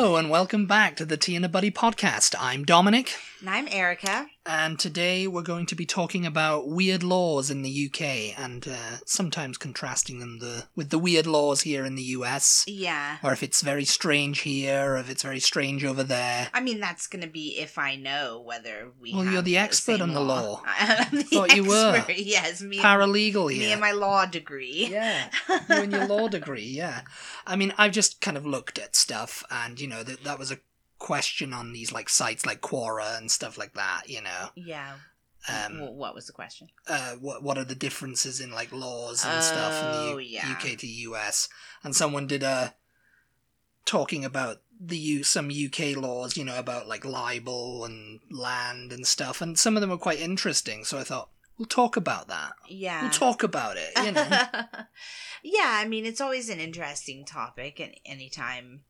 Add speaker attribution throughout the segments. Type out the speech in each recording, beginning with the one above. Speaker 1: welcome back to the Tea and a Buddy podcast. I'm Dominic,
Speaker 2: And I'm Erica.
Speaker 1: and today we're going to be talking about weird laws in the UK and uh, sometimes contrasting them the, with the weird laws here in the US,
Speaker 2: Yeah.
Speaker 1: or if it's very strange here, or if it's very strange over there.
Speaker 2: I mean, that's going to be if I know whether we.
Speaker 1: Well,
Speaker 2: have
Speaker 1: you're the expert
Speaker 2: same
Speaker 1: on the law.
Speaker 2: I'm the
Speaker 1: Thought you were.
Speaker 2: expert. Yes, me,
Speaker 1: Paralegal
Speaker 2: me
Speaker 1: here.
Speaker 2: and my law degree.
Speaker 1: Yeah, you and your law degree. Yeah, I mean, I've just kind of looked at stuff, and you know that that was a question on these like sites like Quora and stuff like that. You know,
Speaker 2: Yeah.
Speaker 1: um,
Speaker 2: Well, what was the question?
Speaker 1: uh, what what are the differences in like laws and stuff in the
Speaker 2: Oh,
Speaker 1: U-
Speaker 2: yeah.
Speaker 1: UK to US? And someone did a talking about the U- some UK laws, you know, about like libel and land and stuff, and some of them were quite interesting. So I thought we'll talk about that.
Speaker 2: Yeah.
Speaker 1: We'll talk about it. You know.
Speaker 2: yeah, I mean, it's always an interesting topic, and anytime,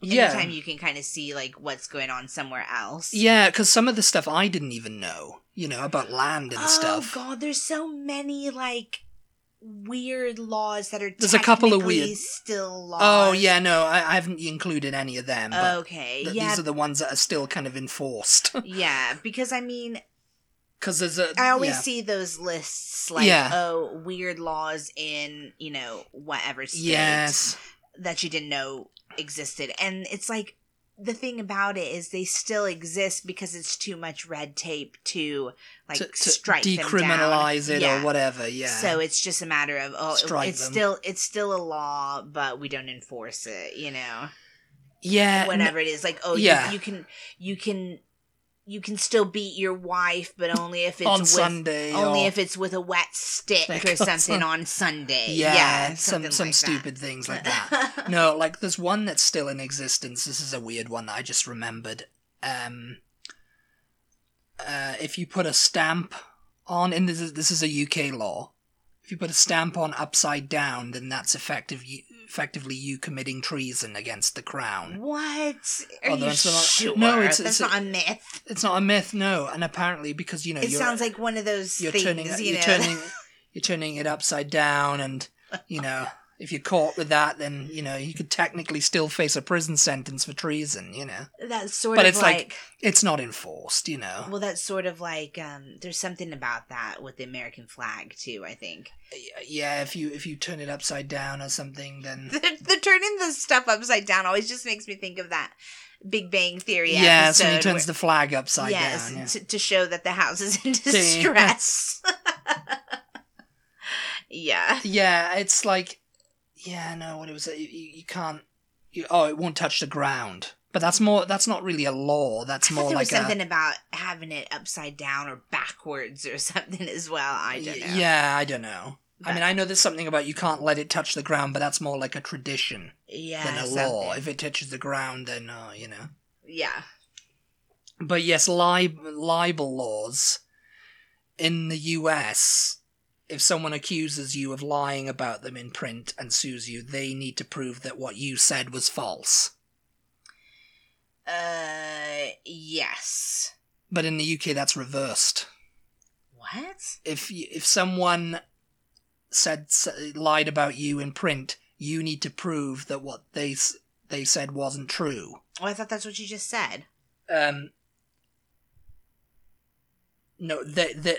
Speaker 1: yeah.
Speaker 2: anytime you can kind of see like what's going on somewhere else.
Speaker 1: Yeah, because some of the stuff I didn't even know, you know, about land and
Speaker 2: oh,
Speaker 1: stuff.
Speaker 2: god, there's so many like weird laws that are
Speaker 1: There's a couple of
Speaker 2: technically
Speaker 1: weird-
Speaker 2: still laws.
Speaker 1: Oh, yeah, no, I, I haven't included any of them. But
Speaker 2: Okay.
Speaker 1: th-
Speaker 2: yeah.
Speaker 1: These are the ones that are still kind of enforced.
Speaker 2: yeah, because I mean,
Speaker 1: Because there's a.
Speaker 2: I always
Speaker 1: yeah.
Speaker 2: see those lists like,
Speaker 1: Yeah.
Speaker 2: oh, weird laws in you know whatever state
Speaker 1: Yes.
Speaker 2: that you didn't know existed, and it's like the thing about it is they still exist because it's too much red tape to like
Speaker 1: to, to
Speaker 2: strike
Speaker 1: decriminalize
Speaker 2: them down.
Speaker 1: it
Speaker 2: Yeah.
Speaker 1: or whatever, yeah.
Speaker 2: So it's just a matter of oh,
Speaker 1: Strike
Speaker 2: it's
Speaker 1: them.
Speaker 2: still it's still a law, but we don't enforce it. You know,
Speaker 1: yeah. Uh, n-
Speaker 2: whatever it is, like oh,
Speaker 1: yeah.
Speaker 2: you, you can you can you can still beat your wife, but only if it's
Speaker 1: on
Speaker 2: with
Speaker 1: Sunday.
Speaker 2: only
Speaker 1: or,
Speaker 2: if it's with a wet stick
Speaker 1: Like
Speaker 2: or
Speaker 1: on
Speaker 2: something
Speaker 1: Sun-
Speaker 2: on Sunday.
Speaker 1: Yeah,
Speaker 2: Yeah,
Speaker 1: some,
Speaker 2: something
Speaker 1: some
Speaker 2: like that.
Speaker 1: stupid things like that. no, like there's one that's still in existence. This is a weird one that I just remembered. Um, uh, if you put a stamp on, and this is, this is a UK law, if you put a stamp on upside down, then that's effective, effectively you committing treason against the crown.
Speaker 2: what? Are
Speaker 1: Oh,
Speaker 2: you
Speaker 1: that's not-
Speaker 2: sure?
Speaker 1: no, it's-
Speaker 2: that's
Speaker 1: it's-
Speaker 2: not a myth.
Speaker 1: It's not a myth, no. And apparently, because you know,
Speaker 2: It
Speaker 1: you're,
Speaker 2: sounds like one of those
Speaker 1: you're
Speaker 2: things.
Speaker 1: turning, uh,
Speaker 2: you
Speaker 1: you're
Speaker 2: know?
Speaker 1: turning, you're turning it upside down, and you know. If you're caught with that, then you know you could technically still face a prison sentence for treason. You know,
Speaker 2: that's sort
Speaker 1: But
Speaker 2: of
Speaker 1: it's like- it's not enforced, you know.
Speaker 2: Well, that's sort of like um, there's something about that with the American flag too. I think
Speaker 1: Y- yeah, if you if you turn it upside down or something, then
Speaker 2: the, the turning the stuff upside down always just makes me think of that Big Bang Theory
Speaker 1: yeah, so
Speaker 2: episode.
Speaker 1: he turns
Speaker 2: where-
Speaker 1: the flag upside
Speaker 2: yes,
Speaker 1: down. yeah.
Speaker 2: to, to show that the house is in distress. yeah,
Speaker 1: Yeah. it's like, yeah, no, what it was, you, you you can't. You, oh, it won't touch the ground. But that's more. That's not really a law. That's
Speaker 2: I thought
Speaker 1: more
Speaker 2: there
Speaker 1: like
Speaker 2: was something
Speaker 1: a.
Speaker 2: about having it upside down or backwards or something as well. I don't know.
Speaker 1: y- Yeah, I don't know. I
Speaker 2: But-
Speaker 1: mean, I know there's something about you can't let it touch the ground, but that's more like a tradition
Speaker 2: yeah,
Speaker 1: than a law.
Speaker 2: something.
Speaker 1: If it touches the ground, then uh, you know.
Speaker 2: yeah,
Speaker 1: But yes, lib- libel laws in the US, if someone accuses you of lying about them in print and sues you, they need to prove that what you said was false.
Speaker 2: uh, yes.
Speaker 1: But in the UK, that's reversed.
Speaker 2: What?
Speaker 1: If y- if someone said s- lied about you in print, you need to prove that what they s- they said wasn't true.
Speaker 2: Oh, I thought that's what you just said.
Speaker 1: Um, no, that that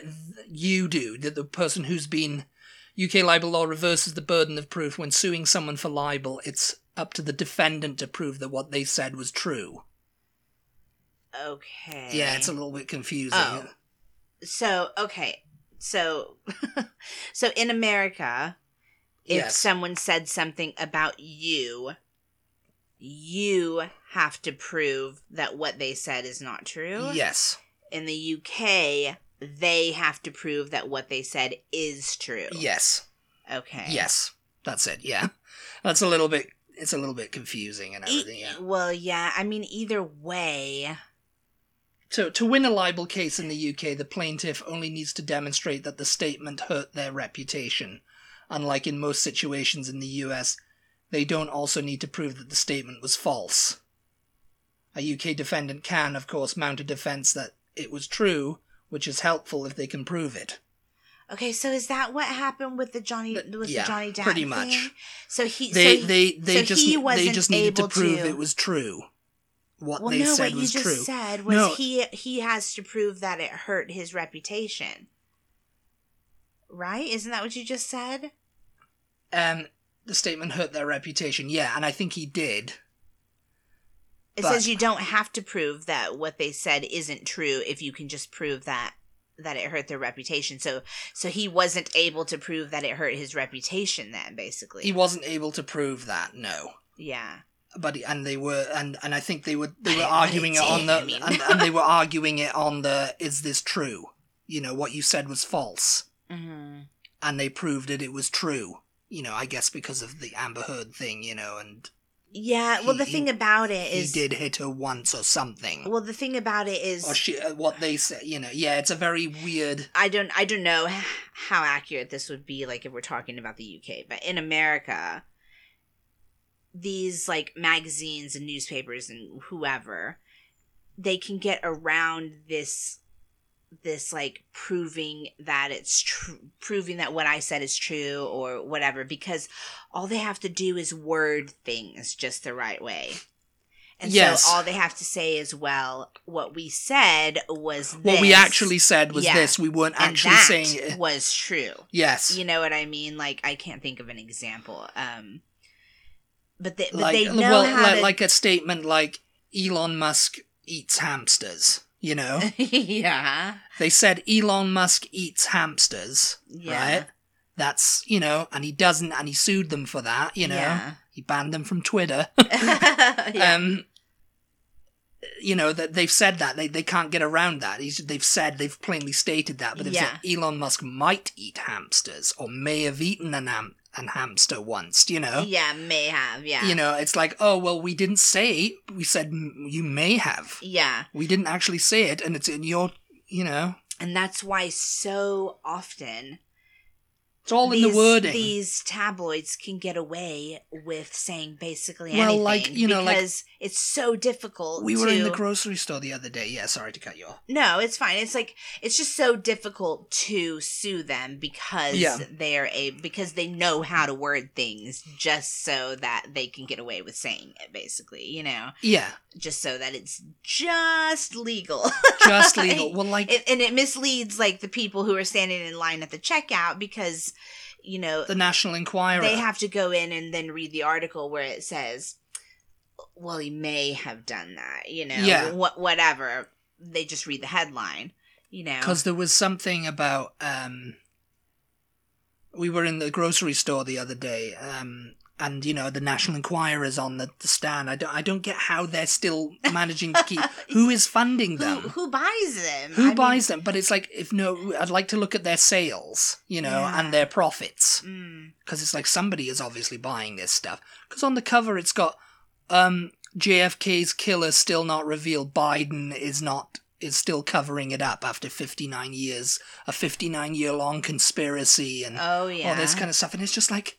Speaker 1: you do that the person who's been UK libel law reverses the burden of proof when suing someone for libel. It's up to the defendant to prove that what they said was true.
Speaker 2: Okay.
Speaker 1: Yeah, it's a little bit confusing.
Speaker 2: Oh. so okay. So so in America, if
Speaker 1: Yes.
Speaker 2: someone said something about you, you have to prove that what they said is not true.
Speaker 1: Yes.
Speaker 2: In the UK, they have to prove that what they said is true.
Speaker 1: Yes.
Speaker 2: Okay.
Speaker 1: Yes. That's it. Yeah. That's a little bit. It's a little bit confusing and
Speaker 2: E-
Speaker 1: everything. Yeah.
Speaker 2: Well, yeah. I mean, either way.
Speaker 1: To, to win a libel case in the UK, the plaintiff only needs to demonstrate that the statement hurt their reputation. Unlike in most situations in the US, they don't also need to prove that the statement was false. A UK defendant can, of course, mount a defense that it was true, which is helpful if they can prove it.
Speaker 2: Okay, so is that what happened with the Johnny
Speaker 1: Th-
Speaker 2: with
Speaker 1: yeah,
Speaker 2: the Johnny Depp
Speaker 1: pretty much.
Speaker 2: thing? So he
Speaker 1: They
Speaker 2: so he-
Speaker 1: they they
Speaker 2: so
Speaker 1: just
Speaker 2: he
Speaker 1: they
Speaker 2: wasn't
Speaker 1: just needed to
Speaker 2: able
Speaker 1: prove
Speaker 2: to-
Speaker 1: it was true, what
Speaker 2: Well,
Speaker 1: they
Speaker 2: no,
Speaker 1: said
Speaker 2: what you
Speaker 1: was
Speaker 2: just
Speaker 1: true.
Speaker 2: said was
Speaker 1: No.
Speaker 2: he he has to prove that it hurt his reputation. Right? Isn't that what you just said?
Speaker 1: Um, the statement hurt their reputation. Yeah, and I think he did.
Speaker 2: It
Speaker 1: But-
Speaker 2: says you don't have to prove that what they said isn't true if you can just prove that that it hurt their reputation. So so he wasn't able to prove that it hurt his reputation then basically.
Speaker 1: He wasn't able to prove that. No.
Speaker 2: yeah.
Speaker 1: but and they were and and I think they were they
Speaker 2: But
Speaker 1: were
Speaker 2: it- but
Speaker 1: arguing
Speaker 2: it
Speaker 1: it on
Speaker 2: did,
Speaker 1: the
Speaker 2: I mean.
Speaker 1: and, and they were arguing it on the is this true? You know what you said was false,
Speaker 2: Mhm.
Speaker 1: and they proved that it was true. You know, I guess because of the Amber Heard thing, you know, and
Speaker 2: Yeah, well the
Speaker 1: He-
Speaker 2: thing about it
Speaker 1: he
Speaker 2: is
Speaker 1: did hit her once or something,
Speaker 2: well the thing about it is
Speaker 1: or she uh, what they said. You know, yeah, it's a very weird.
Speaker 2: I don't I don't know h- how accurate this would be like if we're talking about the UK, but in America these like magazines and newspapers and whoever they can get around this this like proving that it's true proving that what i said is true or whatever because all they have to do is word things just the right way and
Speaker 1: Yes.
Speaker 2: so all they have to say is well what we said was
Speaker 1: What we
Speaker 2: this
Speaker 1: actually said was
Speaker 2: Yeah.
Speaker 1: this. We weren't
Speaker 2: and
Speaker 1: actually
Speaker 2: that
Speaker 1: saying it.
Speaker 2: was true.
Speaker 1: Yes.
Speaker 2: You know what I mean? Like I can't think of an example. Um, but they, but
Speaker 1: like
Speaker 2: they know
Speaker 1: well,
Speaker 2: how
Speaker 1: like,
Speaker 2: to.
Speaker 1: like a statement like Elon Musk eats hamsters. You know.
Speaker 2: Eh. yeah,
Speaker 1: They said Elon Musk eats hamsters,
Speaker 2: yeah,
Speaker 1: right? That's, you know, and he doesn't, and he sued them for that, you know.
Speaker 2: yeah.
Speaker 1: He banned them from Twitter.
Speaker 2: Yeah.
Speaker 1: Um, you know, that they've said that. They, they can't get around that. He's, they've said, they've plainly stated that, but they've said Elon Musk might eat hamsters or may have eaten an, ham- an hamster once, you know.
Speaker 2: yeah, may have, yeah,
Speaker 1: You know, it's like, oh, well, we didn't say, we said "M- you may have.
Speaker 2: yeah.
Speaker 1: We didn't actually say it, and it's in your, you know,
Speaker 2: And that's why so often
Speaker 1: it's all in
Speaker 2: these,
Speaker 1: the wording.
Speaker 2: these tabloids can get away with saying basically
Speaker 1: Well,
Speaker 2: anything
Speaker 1: like, you know, like-
Speaker 2: because it's so difficult.
Speaker 1: We were in the
Speaker 2: to-
Speaker 1: grocery store the other day. Yeah, sorry to cut you off.
Speaker 2: No, it's fine. It's like it's just so difficult to sue them because
Speaker 1: Yeah.
Speaker 2: they're a because they know how to word things just so that they can get away with saying it basically, you know,
Speaker 1: Yeah,
Speaker 2: just so that it's just legal.
Speaker 1: just legal. Well, like
Speaker 2: It- and it misleads like the people who are standing in line at the checkout because you know
Speaker 1: the National Enquirer.
Speaker 2: they have to go in and then read the article where it says, "Well, he may have done that," you know,
Speaker 1: Yeah.
Speaker 2: what whatever. They just read the headline, you know.
Speaker 1: because there was something about. um We were in the grocery store the other day, um and you know the National Enquirer is on the, the stand. I don't, I don't get how they're still managing to keep. Who is funding
Speaker 2: who,
Speaker 1: them?
Speaker 2: who buys them?
Speaker 1: Who
Speaker 2: I
Speaker 1: buys them? But it's like if no, I'd like to look at their sales, you know,
Speaker 2: Yeah.
Speaker 1: and their profits.
Speaker 2: Mean,
Speaker 1: because it's like somebody is obviously buying this stuff. Because on the cover, it's got um, JFK's killer still not revealed. Biden is not is still covering it up after 59 years, a 59 year long conspiracy
Speaker 2: mm.
Speaker 1: and
Speaker 2: Oh yeah.
Speaker 1: all this kind of stuff. And it's just like,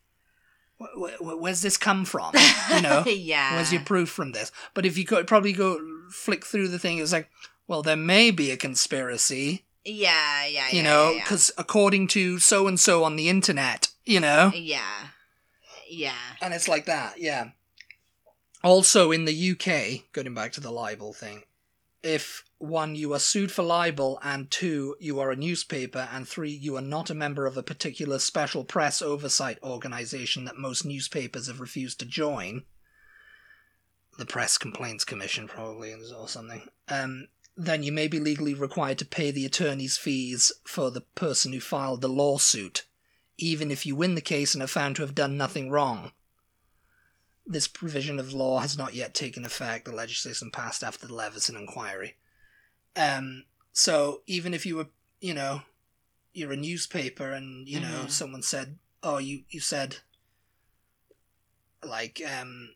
Speaker 1: wh- wh- where's this come from? You know,
Speaker 2: yeah.
Speaker 1: where's your proof from this? But if you go, probably go flick through the thing, it's like, well, there may be a conspiracy,
Speaker 2: yeah, yeah, yeah,
Speaker 1: you know,
Speaker 2: yeah,
Speaker 1: because according to so and so on the internet, you know.
Speaker 2: yeah. yeah. Yeah.
Speaker 1: And it's like that, yeah. Also in the UK, going back to the libel thing, if one, you are sued for libel, and two, you are a newspaper, and three, you are not a member of a particular special press oversight organisation that most newspapers have refused to join, the Press Complaints Commission probably or something, um, then you may be legally required to pay the attorney's fees for the person who filed the lawsuit even if you win the case and are found to have done nothing wrong. This provision of law has not yet taken effect. The legislation passed after the Leveson inquiry. Um, so even if you were, you know, you're a newspaper and, you know,
Speaker 2: Mhm.
Speaker 1: someone said, oh, you, you said, like, um,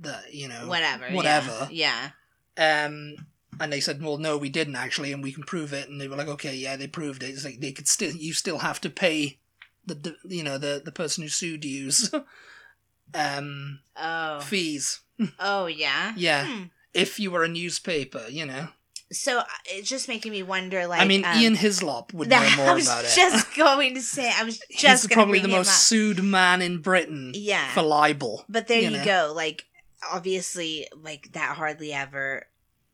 Speaker 1: the, you know,
Speaker 2: Whatever. yeah,
Speaker 1: Oh, whatever.
Speaker 2: Yeah.
Speaker 1: um, and they said, "Well, no, we didn't actually, and we can prove it." And they were like, "Okay, yeah, they proved it." It's like they could still, you still have to pay the, the you know, the the person who sued you's um,
Speaker 2: Oh.
Speaker 1: fees.
Speaker 2: Oh yeah.
Speaker 1: Yeah,
Speaker 2: Hmm.
Speaker 1: if you were a newspaper, you know.
Speaker 2: So uh, it's just making me wonder. Like
Speaker 1: I mean,
Speaker 2: um,
Speaker 1: Ian Hislop would
Speaker 2: that-
Speaker 1: know
Speaker 2: I
Speaker 1: more
Speaker 2: was
Speaker 1: about it.
Speaker 2: just going to say. I was just
Speaker 1: He's
Speaker 2: gonna
Speaker 1: probably
Speaker 2: bring
Speaker 1: the
Speaker 2: him
Speaker 1: most
Speaker 2: up.
Speaker 1: sued man in Britain
Speaker 2: Yeah.
Speaker 1: for libel.
Speaker 2: But there
Speaker 1: you
Speaker 2: you,
Speaker 1: know.
Speaker 2: go. Like obviously like that hardly ever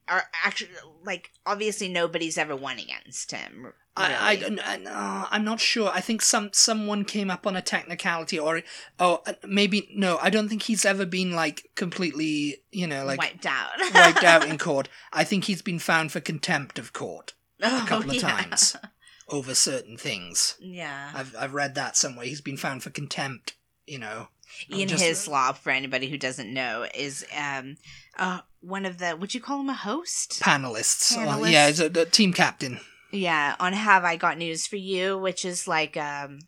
Speaker 2: are actually like obviously nobody's ever won against him. Really.
Speaker 1: I, I, don't- I, no, I'm not sure. I think some someone came up on a technicality, or oh, maybe no. I don't think he's ever been like completely, you know, like
Speaker 2: wiped out.
Speaker 1: wiped out in court. I think he's been found for contempt of court
Speaker 2: oh,
Speaker 1: a couple of
Speaker 2: yeah.
Speaker 1: times over certain things.
Speaker 2: Yeah.
Speaker 1: I've I've read that somewhere. He's been found for contempt. You know, I'm
Speaker 2: Ian
Speaker 1: just-
Speaker 2: Hislop, for anybody who doesn't know, is um uh one of the would you call him a host?
Speaker 1: panelists. Or,
Speaker 2: Panelists.
Speaker 1: yeah, he's a, a team captain.
Speaker 2: yeah, on Have I Got News for You, which is like um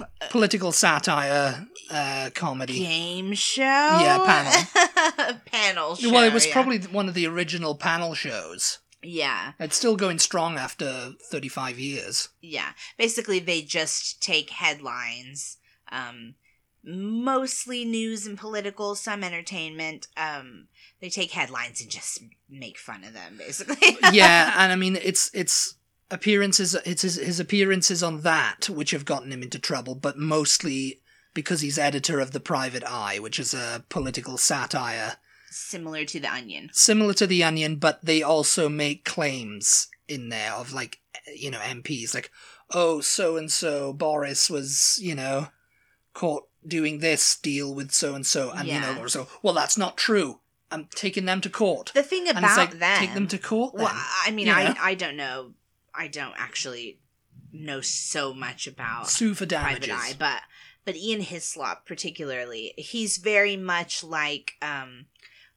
Speaker 2: Uh,
Speaker 1: Political satire, uh, comedy.
Speaker 2: game show.
Speaker 1: Yeah,
Speaker 2: panel. panel show.
Speaker 1: well, it was
Speaker 2: yeah.
Speaker 1: probably one of the original panel shows.
Speaker 2: Yeah.
Speaker 1: It's still going strong after 35 years.
Speaker 2: yeah basically they just take headlines um mostly news and political some entertainment um they take headlines and just make fun of them basically
Speaker 1: yeah, and I mean it's it's appearances it's his, his appearances on that which have gotten him into trouble, but mostly because he's editor of the Private Eye, which is a political satire
Speaker 2: similar to the onion
Speaker 1: similar to the Onion, but they also make claims in there of like you know MPs like oh so and so Boris was you know caught doing this deal with so and so and you
Speaker 2: Yeah.
Speaker 1: know or so well that's not true. I'm taking them to court.
Speaker 2: the thing about
Speaker 1: and it's like
Speaker 2: them,
Speaker 1: take them to court. Then.
Speaker 2: well i mean
Speaker 1: you
Speaker 2: i
Speaker 1: know?
Speaker 2: i don't know i don't actually know so much about
Speaker 1: sue for damages.
Speaker 2: private eye but but ian hislop particularly he's very much like um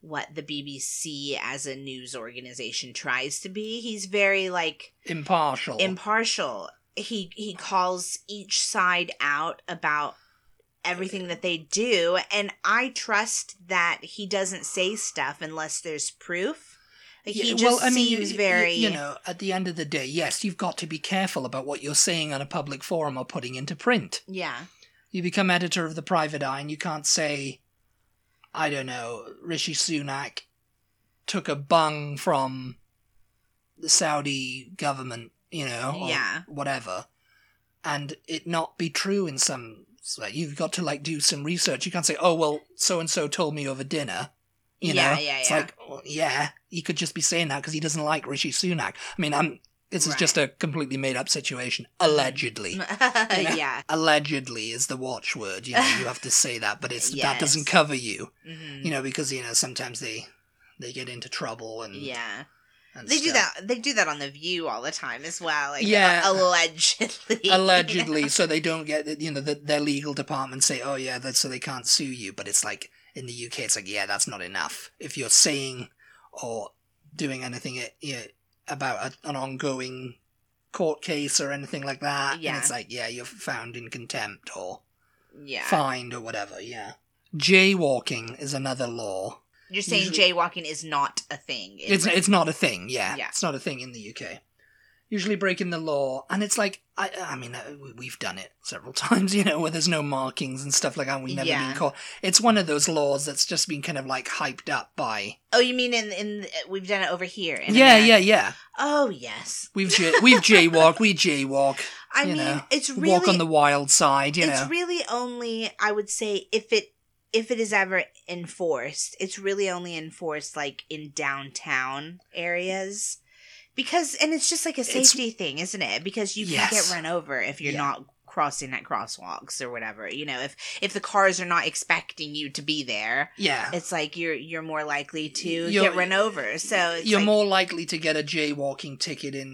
Speaker 2: what the bbc as a news organization tries to be he's very like
Speaker 1: Impartial.
Speaker 2: impartial he he calls each side out about everything that they do and i trust that he doesn't say stuff unless there's proof like he
Speaker 1: Yeah,
Speaker 2: just seems
Speaker 1: you-
Speaker 2: very
Speaker 1: You know, at the end of the day, yes, you've got to be careful about what you're saying on a public forum or putting into print.
Speaker 2: yeah
Speaker 1: You become editor of the Private Eye, and you can't say, I don't know, Rishi Sunak took a bung from the Saudi government, you know, or
Speaker 2: Yeah.
Speaker 1: whatever, and it not be true in some. so You've got to like do some research. You can't say, "Oh well, so and so told me over dinner." You
Speaker 2: yeah,
Speaker 1: know,
Speaker 2: yeah
Speaker 1: it's
Speaker 2: yeah
Speaker 1: like, well, yeah, he could just be saying that because he doesn't like Rishi Sunak. I mean, I'm. This is
Speaker 2: Right. Mm-hmm.
Speaker 1: just a completely made up situation. Allegedly, know?
Speaker 2: yeah
Speaker 1: allegedly is the watchword. You know, you have to say that, but it's that doesn't
Speaker 2: Yes.
Speaker 1: cover you.
Speaker 2: Mhm.
Speaker 1: You know, because you know sometimes they they get into trouble and
Speaker 2: yeah
Speaker 1: and
Speaker 2: They do
Speaker 1: stuff.
Speaker 2: that. They do that on the View all the time as well. Like,
Speaker 1: Yeah.
Speaker 2: allegedly.
Speaker 1: allegedly, so they don't get you know the, their legal department say, oh yeah, that, so they can't sue you. But it's like in the UK, it's like yeah, that's not enough. If you're saying or doing anything eh, yeah, about a, an ongoing court case or anything like that, and
Speaker 2: Yeah.
Speaker 1: it's like yeah, you're found in contempt or
Speaker 2: yeah.
Speaker 1: fined or whatever. Yeah, jaywalking is another law.
Speaker 2: You're saying
Speaker 1: Usually-
Speaker 2: jaywalking is not a thing.
Speaker 1: It's it's not a thing. Yeah,
Speaker 2: Yeah.
Speaker 1: it's not a thing in the UK. Usually breaking the law, and it's like I I mean uh, we- we've done it several times, you know, where there's no markings and stuff like that. and We've never
Speaker 2: Yeah.
Speaker 1: been caught. It's one of those laws that's just been kind of like hyped up by.
Speaker 2: oh, you mean in in we've done it over here? In
Speaker 1: yeah,
Speaker 2: America.
Speaker 1: yeah, yeah.
Speaker 2: Oh yes.
Speaker 1: We've j- we've jaywalk, we jaywalk,
Speaker 2: I
Speaker 1: You
Speaker 2: mean,
Speaker 1: know,
Speaker 2: it's really
Speaker 1: walk on the wild side, you
Speaker 2: it's
Speaker 1: know.
Speaker 2: really only I would say if it if it is ever enforced, it's really only enforced like in downtown areas. Because and it's just like a
Speaker 1: It's-
Speaker 2: safety thing, isn't it? Because you can
Speaker 1: Yes.
Speaker 2: get run over if you're
Speaker 1: Yeah.
Speaker 2: not crossing at crosswalks or whatever. You know, if if the cars are not expecting you to be there,
Speaker 1: yeah,
Speaker 2: it's like you're you're more likely to
Speaker 1: You're-
Speaker 2: get run over. So it's
Speaker 1: you're
Speaker 2: like-
Speaker 1: more likely to get a jaywalking ticket in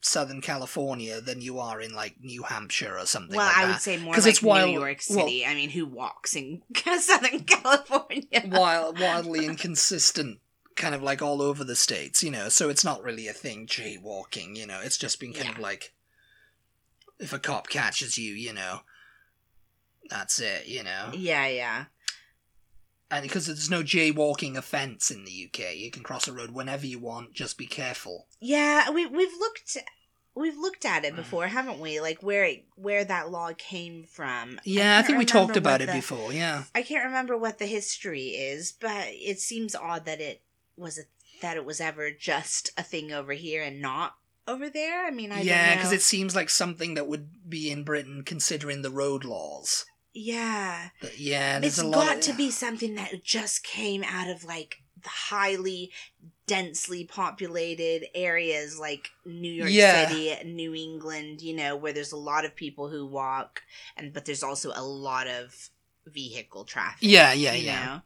Speaker 1: Southern California than you are in like New Hampshire or something.
Speaker 2: well,
Speaker 1: like
Speaker 2: I
Speaker 1: that.
Speaker 2: would say more
Speaker 1: 'Cause
Speaker 2: like
Speaker 1: it's wild-
Speaker 2: New York
Speaker 1: well-
Speaker 2: City. I mean, who walks in Southern California?
Speaker 1: wild, wildly inconsistent, kind of like all over the states, you know. So it's not really a thing jaywalking, you know. It's just been kind of like if a cop catches you, you know, that's it, you know.
Speaker 2: Yeah, yeah.
Speaker 1: And because there's no jaywalking offense in the UK, you can cross a road whenever you want. Just be careful.
Speaker 2: Yeah, we we've looked we've looked at it
Speaker 1: Mm.
Speaker 2: before, haven't we? Like where it- where that law came from.
Speaker 1: Yeah, I,
Speaker 2: can't
Speaker 1: think we
Speaker 2: remember
Speaker 1: talked about
Speaker 2: what
Speaker 1: it
Speaker 2: the-
Speaker 1: before. Yeah,
Speaker 2: I can't remember what the history is, but it seems odd that it was a, that it was ever just a thing over here and not over there. I mean, I
Speaker 1: yeah, because
Speaker 2: because
Speaker 1: it seems like something that would be in Britain, considering the road laws.
Speaker 2: yeah.
Speaker 1: But yeah, there's
Speaker 2: it's
Speaker 1: a lot
Speaker 2: got
Speaker 1: of-
Speaker 2: to be something that just came out of like the highly densely populated areas like New York
Speaker 1: Yeah.
Speaker 2: City, New England, you know, where there's a lot of people who walk and but there's also a lot of vehicle traffic.
Speaker 1: Yeah, yeah,
Speaker 2: you
Speaker 1: yeah.
Speaker 2: know?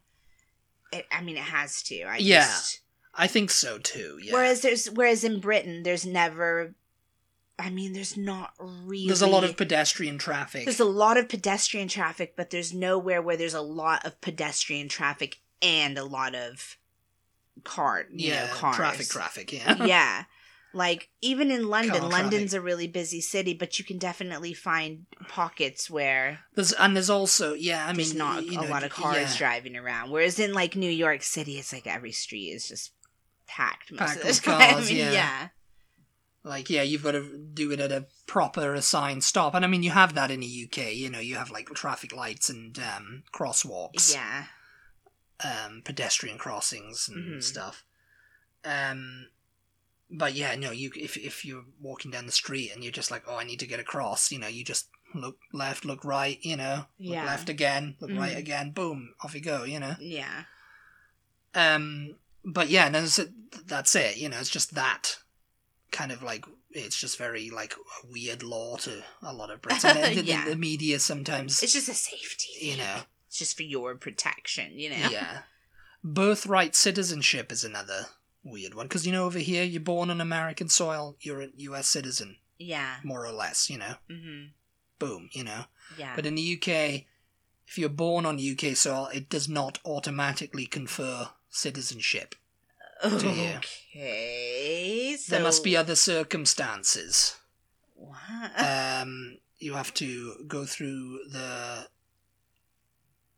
Speaker 2: It, I mean it has to. I
Speaker 1: Yeah.
Speaker 2: just
Speaker 1: I think so too. Yeah.
Speaker 2: Whereas there's whereas in Britain there's never I mean there's not really
Speaker 1: there's a lot of pedestrian traffic.
Speaker 2: there's a lot of pedestrian traffic, but there's nowhere where there's a lot of pedestrian traffic and a lot of car, you
Speaker 1: yeah,
Speaker 2: know, cars.
Speaker 1: traffic, traffic. Yeah.
Speaker 2: yeah. Like even in London,
Speaker 1: Car
Speaker 2: London's a really busy city, but you can definitely find pockets where
Speaker 1: There's and there's also yeah. I
Speaker 2: there's
Speaker 1: mean,
Speaker 2: not
Speaker 1: you
Speaker 2: a
Speaker 1: know,
Speaker 2: lot of cars
Speaker 1: yeah.
Speaker 2: driving around. Whereas in like New York City, it's like every street is just packed most
Speaker 1: Packed
Speaker 2: of
Speaker 1: with
Speaker 2: the time.
Speaker 1: cars, yeah.
Speaker 2: yeah.
Speaker 1: Like yeah, you've got to do it at a proper assigned stop, and I mean you have that in the UK. You know, you have like traffic lights and um, crosswalks,
Speaker 2: Yeah.
Speaker 1: um, pedestrian crossings and
Speaker 2: Mhm.
Speaker 1: stuff. Um, but yeah, no, you if if you're walking down the street and you're just like, oh, I need to get across, you know, you just look left, look right, you know, look
Speaker 2: Yeah.
Speaker 1: left again, look right
Speaker 2: Mhm.
Speaker 1: again, boom, off you go, you know.
Speaker 2: Yeah.
Speaker 1: Um, but yeah, no, so that's it. You know, it's just that kind of like it's just very like a weird law to a lot of Brits. And the, the-
Speaker 2: Yeah.
Speaker 1: the media sometimes,
Speaker 2: It's just a safety.
Speaker 1: you
Speaker 2: thing.
Speaker 1: know,
Speaker 2: It's just for your protection, you know.
Speaker 1: yeah. Birthright citizenship is another weird one because you know over here you're born on American soil, you're a U.S. citizen
Speaker 2: Yeah.
Speaker 1: more or less. You know,
Speaker 2: Mm-hmm.
Speaker 1: boom. You know,
Speaker 2: Yeah.
Speaker 1: but in the UK, if you're born on UK soil, it does not automatically confer citizenship. to you.
Speaker 2: okay. So
Speaker 1: there must be other circumstances.
Speaker 2: What?
Speaker 1: um, you have to go through the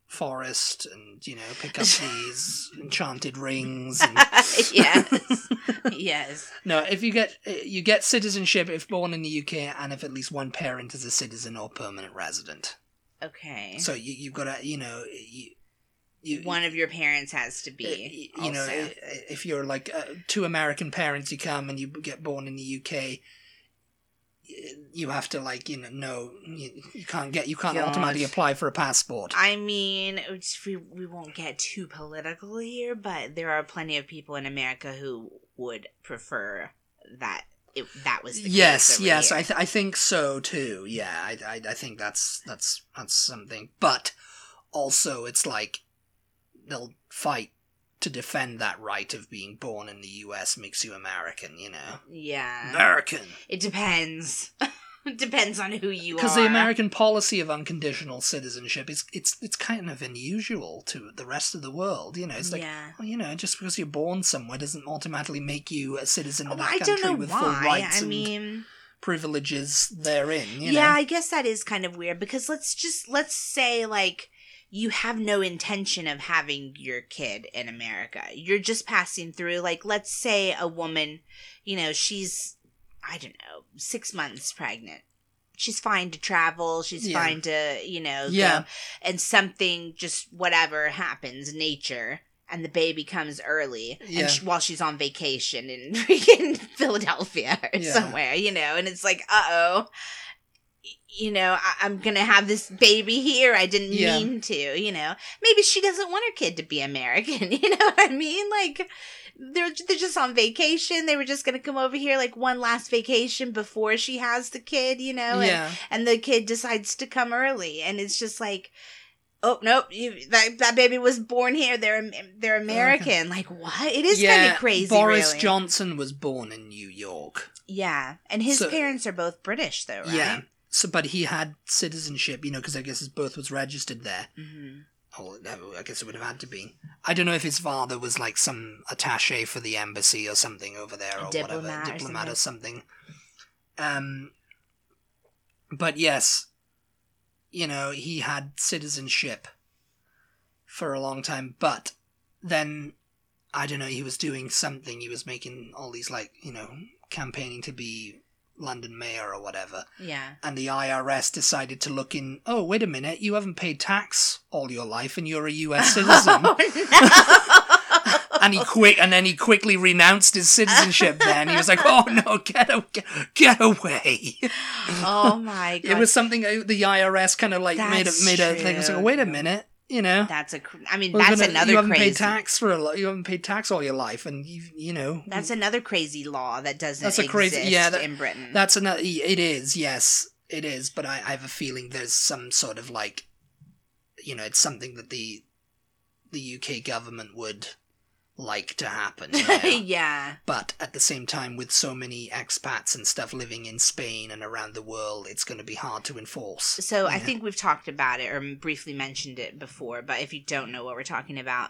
Speaker 1: forest and you know pick up these enchanted rings. And...
Speaker 2: yes. yes.
Speaker 1: no, if you get you get citizenship if born in the UK and if at least one parent is a citizen or permanent resident.
Speaker 2: Okay.
Speaker 1: So you you've got to you know you, you
Speaker 2: one of your parents has to
Speaker 1: uh,
Speaker 2: be.
Speaker 1: you know
Speaker 2: also.
Speaker 1: i- i- if you're like uh, two American parents you come and you get born in the UK. y- You have to like you know no you, you can't get you can't
Speaker 2: God.
Speaker 1: automatically apply for a passport.
Speaker 2: I mean, it's, we we won't get too political here, but there are plenty of people in America who would prefer that it, that was the
Speaker 1: yes
Speaker 2: case over
Speaker 1: yes
Speaker 2: here.
Speaker 1: I, th- I think so too yeah I, I, I think that's that's that's something but also it's like they'll fight to defend that right of being born in the us makes you american you know
Speaker 2: yeah.
Speaker 1: american
Speaker 2: It depends. it depends on who you are.
Speaker 1: because the american policy of unconditional citizenship is it's it's kind of unusual to the rest of the world you know it's like
Speaker 2: yeah.
Speaker 1: well, you know just because you're born somewhere doesn't automatically make you a citizen of
Speaker 2: Well,
Speaker 1: that
Speaker 2: Oh, I
Speaker 1: country
Speaker 2: don't know
Speaker 1: with full
Speaker 2: why.
Speaker 1: rights
Speaker 2: I
Speaker 1: and
Speaker 2: mean.
Speaker 1: privileges therein you
Speaker 2: yeah
Speaker 1: know?
Speaker 2: i guess that is kind of weird because let's just let's say like you have no intention of having your kid in america you're just passing through like let's say a woman you know she's i don't know six months pregnant she's fine to travel she's
Speaker 1: Yeah.
Speaker 2: fine to you know go-
Speaker 1: Yeah.
Speaker 2: and something just whatever happens nature and the baby comes early
Speaker 1: Yeah.
Speaker 2: and sh while she's on vacation in freaking Philadelphia or
Speaker 1: Yeah.
Speaker 2: somewhere, you know, and it's like, uh oh, you know, I- I'm gonna have this baby here. I didn't
Speaker 1: Yeah.
Speaker 2: mean to, you know. Maybe she doesn't want her kid to be American, you know what I mean? Like, they're they're just on vacation. They were just gonna come over here like one last vacation before she has the kid, you know. And
Speaker 1: yeah
Speaker 2: and the kid decides to come early and it's just like oh nope you, that, that baby was born here they're Am- they're
Speaker 1: Oh
Speaker 2: american like what it is kind of crazy
Speaker 1: Boris
Speaker 2: really.
Speaker 1: Johnson was born in New York.
Speaker 2: yeah and his
Speaker 1: So-
Speaker 2: parents are both british though right
Speaker 1: Yeah. So, but he had citizenship, you know, because I guess his birth was registered there.
Speaker 2: Mhm.
Speaker 1: Oh, no, I guess it would have had to be. I don't know if his father was like some attaché for the embassy or something over there,
Speaker 2: A
Speaker 1: or
Speaker 2: diplomat
Speaker 1: whatever,
Speaker 2: or
Speaker 1: diplomat or something. Um. But yes, you know he had citizenship for a long time, but then I don't know. He was doing something. He was making all these like you know campaigning to be London mayor or whatever
Speaker 2: yeah
Speaker 1: and the IRS decided to look in. Oh, wait a minute, you haven't paid tax all your life and you're a US citizen.
Speaker 2: Oh, no.
Speaker 1: and he quick and then he quickly renounced his citizenship. Then he was like, "Oh no, get a, get away!"
Speaker 2: oh my god.
Speaker 1: It was something uh, the IRS kind of like made a
Speaker 2: That's
Speaker 1: made a thing. It was like,
Speaker 2: true.
Speaker 1: "Wait a minute, you know."
Speaker 2: that's a cr- I mean,
Speaker 1: we're
Speaker 2: that's
Speaker 1: gonna-
Speaker 2: another
Speaker 1: you haven't
Speaker 2: crazy
Speaker 1: paid tax for a lo- you haven't paid tax all your life, and you you know
Speaker 2: That's another crazy law that doesn't
Speaker 1: That's a
Speaker 2: exist
Speaker 1: crazy- yeah, that-
Speaker 2: in Britain.
Speaker 1: That's another. It is, yes, it is. But I, I have a feeling there's some sort of like, you know, it's something that the the UK government would like to happen. yeah.
Speaker 2: yeah.
Speaker 1: but at the same time, with so many expats and stuff living in Spain and around the world, it's going to be hard to enforce.
Speaker 2: So I
Speaker 1: Yeah.
Speaker 2: think we've talked about it or briefly mentioned it before, but if you don't know what we're talking about,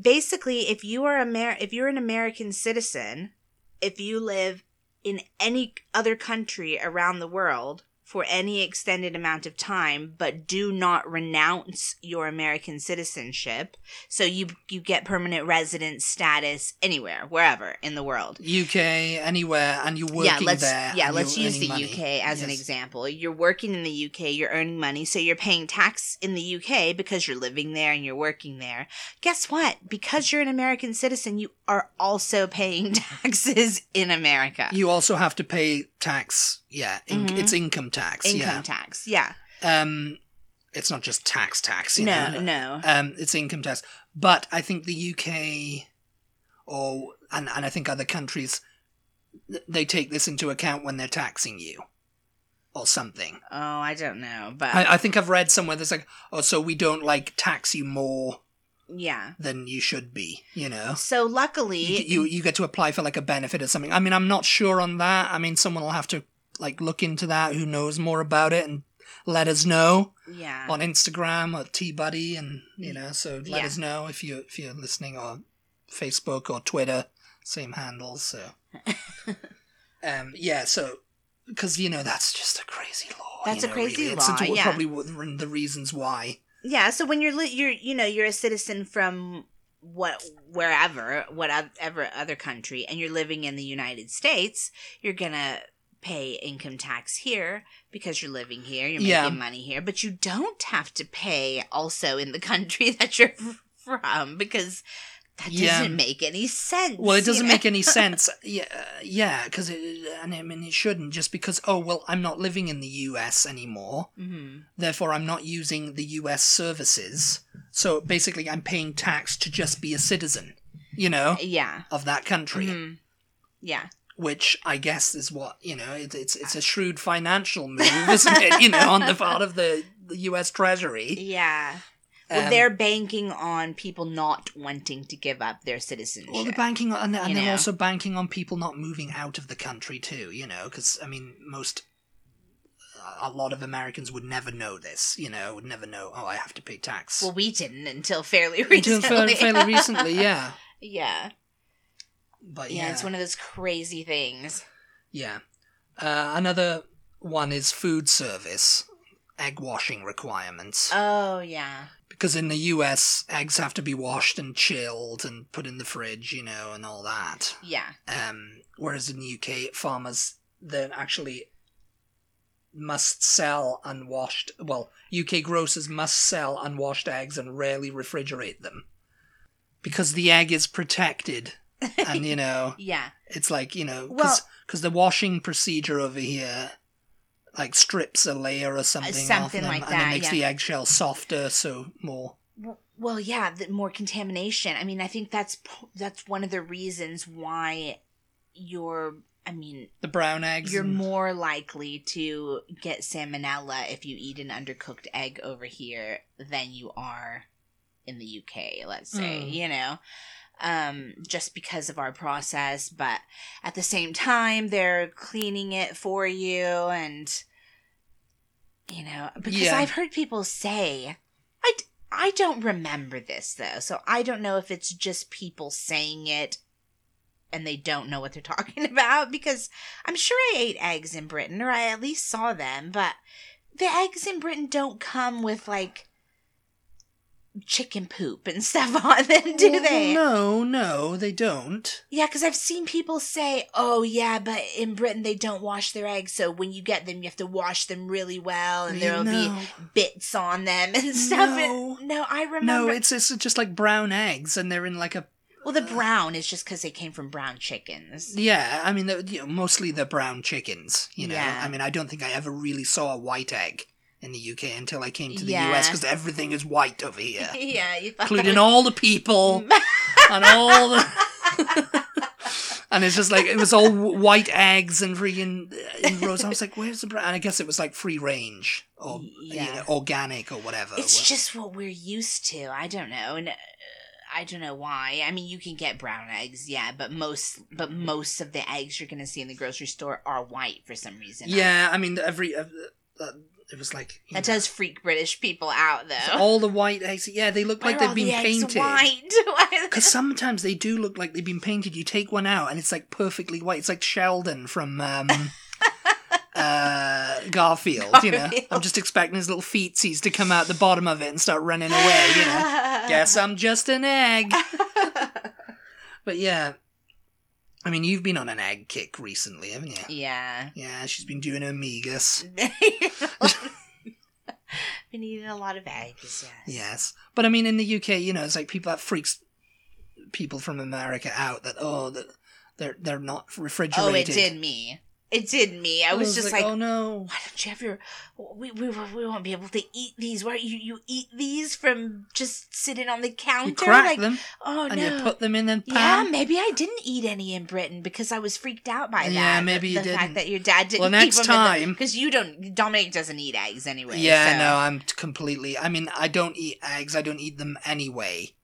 Speaker 2: basically if you are Amer- if you're an American citizen, if you live in any other country around the world for any extended amount of time but do not renounce your American citizenship, so you you get permanent resident status anywhere, wherever in the world.
Speaker 1: UK, anywhere, and you're working
Speaker 2: yeah, let's,
Speaker 1: there.
Speaker 2: Yeah,
Speaker 1: and
Speaker 2: let's
Speaker 1: you're
Speaker 2: use
Speaker 1: earning
Speaker 2: the
Speaker 1: money.
Speaker 2: UK as an
Speaker 1: Yes.
Speaker 2: example. You're working in the UK, you're earning money, so you're paying tax in the UK because you're living there and you're working there. Guess what? Because you're an American citizen, you are also paying taxes in America.
Speaker 1: You also have to pay tax. Yeah, in-
Speaker 2: Mhm.
Speaker 1: it's income tax.
Speaker 2: Income
Speaker 1: yeah.
Speaker 2: tax. Yeah.
Speaker 1: um it's not just tax tax you
Speaker 2: No,
Speaker 1: know
Speaker 2: no.
Speaker 1: um it's income tax but i think the uk or and, and i think other countries th- they take this into account when they're taxing you or something
Speaker 2: Oh, I don't know, but
Speaker 1: I, I think i've read somewhere that's like oh so we don't like tax you more
Speaker 2: yeah.
Speaker 1: than you should be you know
Speaker 2: So luckily,
Speaker 1: you, you you get to apply for like a benefit or something i mean i'm not sure on that i mean someone will have to like look into that who knows more about it and let us know
Speaker 2: yeah.
Speaker 1: on Instagram at T Buddy, and you know, so let
Speaker 2: Yeah.
Speaker 1: us know if you if you're listening on Facebook or Twitter, same handles. So, um, yeah, so because you know that's just a crazy law.
Speaker 2: That's
Speaker 1: you
Speaker 2: a
Speaker 1: know,
Speaker 2: crazy
Speaker 1: really. It's
Speaker 2: law,
Speaker 1: into-
Speaker 2: yeah.
Speaker 1: probably one of the reasons why.
Speaker 2: Yeah, so when you're li- you're you know you're a citizen from what wherever whatever other country and you're living in the United States, you're gonna pay income tax here because you're living here, you're making
Speaker 1: Yeah.
Speaker 2: money here, but you don't have to pay also in the country that you're from because that
Speaker 1: Yeah.
Speaker 2: doesn't make any sense.
Speaker 1: Well, it
Speaker 2: you
Speaker 1: doesn't
Speaker 2: know?
Speaker 1: make any sense. Yeah, uh, yeah, because and I mean it shouldn't just because oh well I'm not living in the U.S. anymore,
Speaker 2: Mhm.
Speaker 1: therefore I'm not using the U.S. services. So basically, I'm paying tax to just be a citizen. You know.
Speaker 2: Yeah.
Speaker 1: of that country,
Speaker 2: Mhm. Yeah.
Speaker 1: which I guess is what you know. It, it's it's a shrewd financial move, isn't it? You know, on the part of the, the U.S. Treasury.
Speaker 2: Yeah. Well,
Speaker 1: Um,
Speaker 2: they're banking on people not wanting to give up their citizenship.
Speaker 1: well, they're banking on, and they're, and
Speaker 2: you
Speaker 1: they're
Speaker 2: know.
Speaker 1: also banking on people not moving out of the country too. You know, because I mean, most a lot of Americans would never know this. You know, would never know. Oh, I have to pay tax.
Speaker 2: Well, we didn't until fairly
Speaker 1: Until
Speaker 2: recently.
Speaker 1: fa- fairly recently, yeah.
Speaker 2: yeah.
Speaker 1: But
Speaker 2: yeah,
Speaker 1: yeah,
Speaker 2: it's one of those crazy things.
Speaker 1: Yeah. Uh, another one is food service, egg washing requirements.
Speaker 2: Oh yeah,
Speaker 1: because in the US, eggs have to be washed and chilled and put in the fridge, you know, and all that.
Speaker 2: yeah,
Speaker 1: Um, whereas in the UK, farmers then actually must sell unwashed. Well, UK grocers must sell unwashed eggs and rarely refrigerate them because the egg is protected, and you know,
Speaker 2: yeah,
Speaker 1: it's like you know,
Speaker 2: Well-
Speaker 1: because the washing procedure over here. Like strips a layer or something, off
Speaker 2: something
Speaker 1: them,
Speaker 2: like
Speaker 1: and
Speaker 2: that,
Speaker 1: it makes
Speaker 2: yeah.
Speaker 1: the eggshell softer, so more
Speaker 2: W- well, yeah. The more contamination. I mean, I think that's p- that's one of the reasons why you're. I mean,
Speaker 1: the brown eggs.
Speaker 2: you're
Speaker 1: and-
Speaker 2: more likely to get salmonella if you eat an undercooked egg over here than you are in the UK, let's say,
Speaker 1: Mm.
Speaker 2: you know, um, just because of our process. But at the same time, they're cleaning it for you and, you know, because
Speaker 1: Yeah.
Speaker 2: I've heard people say, I, d- I don't remember this though, so I don't know if it's just people saying it and they don't know what they're talking about because I'm sure I ate eggs in Britain or I at least saw them, but the eggs in Britain don't come with like chicken poop and stuff on them, do
Speaker 1: Well,
Speaker 2: they?
Speaker 1: No, no, they don't.
Speaker 2: Yeah, because I've seen people say, oh, yeah, but in Britain they don't wash their eggs, so when you get them, you have to wash them really well and there'll
Speaker 1: no,
Speaker 2: be bits on them and stuff.
Speaker 1: No.
Speaker 2: And, no, I remember.
Speaker 1: no, it's it's just like brown eggs, and they're in like a
Speaker 2: Well, the brown is just because they came from brown chickens.
Speaker 1: Yeah, I mean, they're, you know, mostly the brown chickens. You know,
Speaker 2: Yeah.
Speaker 1: I mean, I don't think I ever really saw a white egg in the UK until I came to the
Speaker 2: Yeah.
Speaker 1: US because everything is white over here,
Speaker 2: yeah, you thought
Speaker 1: including
Speaker 2: that
Speaker 1: all the people
Speaker 2: was-
Speaker 1: and all the. And it's just like it was all w- white eggs and freaking uh, and rose. I was like, "Where's the brown?" And I guess it was like free range or you
Speaker 2: Yeah.
Speaker 1: know, organic or whatever.
Speaker 2: It's just what we're used to. I don't know, and uh, I don't know why. I mean, you can get brown eggs, yeah, but most but most of the eggs you're gonna see in the grocery store are white for some reason.
Speaker 1: yeah. I mean, every uh, uh, it was like you
Speaker 2: that
Speaker 1: know,
Speaker 2: does freak British people out though.
Speaker 1: so all the white eggs. Yeah, they look
Speaker 2: Why
Speaker 1: like
Speaker 2: are
Speaker 1: they've
Speaker 2: all
Speaker 1: been
Speaker 2: the eggs
Speaker 1: painted.
Speaker 2: white?
Speaker 1: Because sometimes they do look like they've been painted. You take one out and it's like perfectly white. It's like Sheldon from um, uh, Garfield, you know.
Speaker 2: Garfield.
Speaker 1: I'm just expecting his little feetsies to come out the bottom of it and start running away, you know. Guess I'm just an egg. But yeah, I mean, you've been on an egg kick recently, haven't you?
Speaker 2: yeah.
Speaker 1: Yeah, she's been doing her megas.
Speaker 2: Been eating a lot of eggs. Yes.
Speaker 1: Yes. But I mean, in the UK, you know, it's like people that freaks people from America out that, oh, that they're, they're not refrigerated.
Speaker 2: Oh, it did me. It did me. I
Speaker 1: I
Speaker 2: was just like,
Speaker 1: oh no.
Speaker 2: why don't you have your we, we we won't be able to eat these why you you eat these from just sitting on the counter
Speaker 1: You crack
Speaker 2: like
Speaker 1: them
Speaker 2: oh
Speaker 1: and
Speaker 2: no
Speaker 1: you put them in the
Speaker 2: yeah
Speaker 1: pan.
Speaker 2: maybe i didn't eat any in britain because i was freaked out by that
Speaker 1: Yeah, maybe you
Speaker 2: the fact
Speaker 1: didn't.
Speaker 2: that your dad didn't
Speaker 1: well, next time.
Speaker 2: because you don't dominic doesn't eat eggs anyway
Speaker 1: yeah,
Speaker 2: so-
Speaker 1: no, I'm t- completely. I mean, I don't eat eggs. I don't eat them anyway.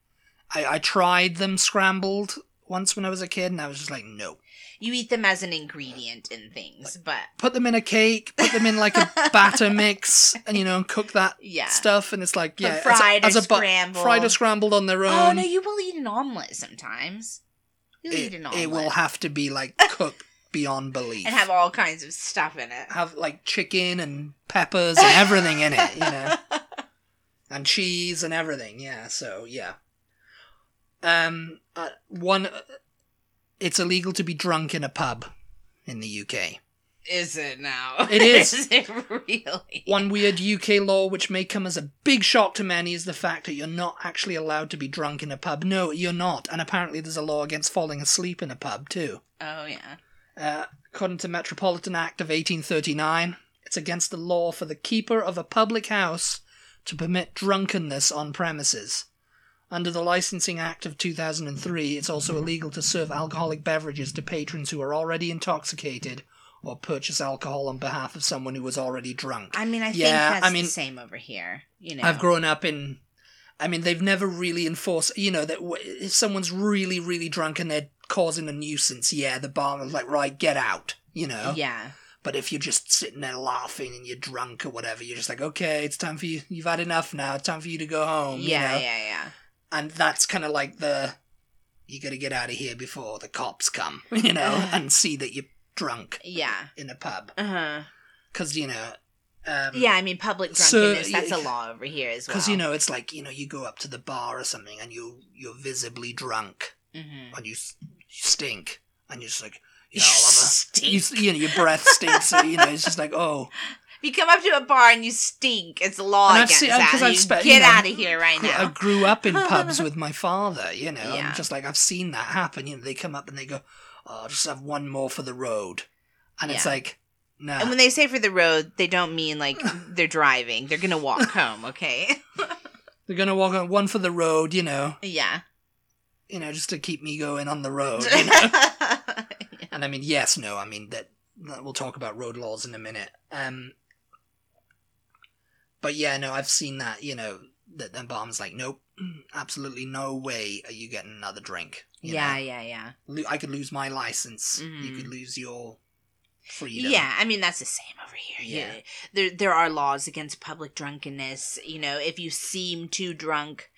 Speaker 1: I, I tried them scrambled once when I was a kid, and I was just like, no.
Speaker 2: you eat them as an ingredient in things but
Speaker 1: Put them in a cake. Put them in like a batter mix, and you know, and cook that
Speaker 2: yeah
Speaker 1: stuff. And it's like,
Speaker 2: But
Speaker 1: yeah, as a-
Speaker 2: fried
Speaker 1: as
Speaker 2: or
Speaker 1: a bu-
Speaker 2: scrambled.
Speaker 1: fried or scrambled on their
Speaker 2: oh
Speaker 1: own.
Speaker 2: no you will eat an omelet sometimes you'll
Speaker 1: it,
Speaker 2: eat an
Speaker 1: it
Speaker 2: omelet
Speaker 1: will have to be like cooked beyond belief.
Speaker 2: and have all kinds of stuff in it
Speaker 1: have like chicken and peppers and everything in it, you know, and cheese and everything. Yeah, so yeah. Um, uh, one, uh, it's illegal to be drunk in a pub in the UK.
Speaker 2: Is it now?
Speaker 1: It is.
Speaker 2: is it really?
Speaker 1: One weird UK law which may come as a big shock to many is the fact that you're not actually allowed to be drunk in a pub. No, you're not. And apparently there's a law against falling asleep in a pub too.
Speaker 2: Oh yeah.
Speaker 1: Uh, according to Metropolitan Act of 1839, it's against the law for the keeper of a public house to permit drunkenness on premises. Under the Licensing Act of 2003, it's also illegal to serve alcoholic beverages to patrons who are already intoxicated or purchase alcohol on behalf of someone who was already drunk.
Speaker 2: I mean, I think
Speaker 1: Yeah,
Speaker 2: that's
Speaker 1: I mean-
Speaker 2: the same over here. You know,
Speaker 1: I've grown up in. I mean, they've never really enforced. You know that w- if someone's really, really drunk and they're causing a nuisance, yeah, the barman's like, right, get out. You know.
Speaker 2: Yeah.
Speaker 1: But if you're just sitting there laughing and you're drunk or whatever, you're just like, okay, it's time for you. You've had enough now. It's time for you to go home. you
Speaker 2: yeah,
Speaker 1: know?
Speaker 2: yeah, yeah.
Speaker 1: And that's kind of like the, you got to get out of here before the cops come, you
Speaker 2: Uh.
Speaker 1: know, and see that you're drunk
Speaker 2: Yeah.
Speaker 1: in a pub.
Speaker 2: Uh huh.
Speaker 1: Because, you know, um,
Speaker 2: Yeah, I mean, public
Speaker 1: So,
Speaker 2: drunkenness, that's
Speaker 1: yeah.
Speaker 2: a law over here as well.
Speaker 1: Because, you know, it's like, you know, you go up to the bar or something and you, you're visibly drunk
Speaker 2: hmm
Speaker 1: and you, s- you stink and you're just like, you
Speaker 2: You
Speaker 1: know, I'm a. You,
Speaker 2: stink.
Speaker 1: s- you know, your breath stinks. so, you know, it's just like, oh,
Speaker 2: If you come up to a bar and you stink, it's a law
Speaker 1: And I've
Speaker 2: against
Speaker 1: seen-
Speaker 2: that.
Speaker 1: 'cause
Speaker 2: You
Speaker 1: I've spe-
Speaker 2: get
Speaker 1: you know,
Speaker 2: out of here right
Speaker 1: Gr- I
Speaker 2: now.
Speaker 1: grew up in pubs with my father, you know. I'm
Speaker 2: Yeah.
Speaker 1: just like I've seen that happen. You know, they come up and they go, "Oh, I'll just have one more for the road," and it's
Speaker 2: Yeah.
Speaker 1: like, no,
Speaker 2: And when they say for the road, they don't mean like they're driving. They're gonna walk home, okay?
Speaker 1: they're gonna walk on one for the road, you know,
Speaker 2: yeah.
Speaker 1: you know, just to keep me going on the road. Oh, you know? and I mean, yes, no, I mean that, that. We'll talk about road laws in a minute. Um, but yeah, no, I've seen that. You know, that the barman's like, nope, absolutely no way are you getting another drink. you know?
Speaker 2: yeah, yeah, yeah.
Speaker 1: lo- I could lose my license. You
Speaker 2: Mhm.
Speaker 1: could lose your freedom.
Speaker 2: Yeah, I mean that's the same over here.
Speaker 1: Yeah.
Speaker 2: Yeah. There there are laws against public drunkenness. You know, if you seem too drunk,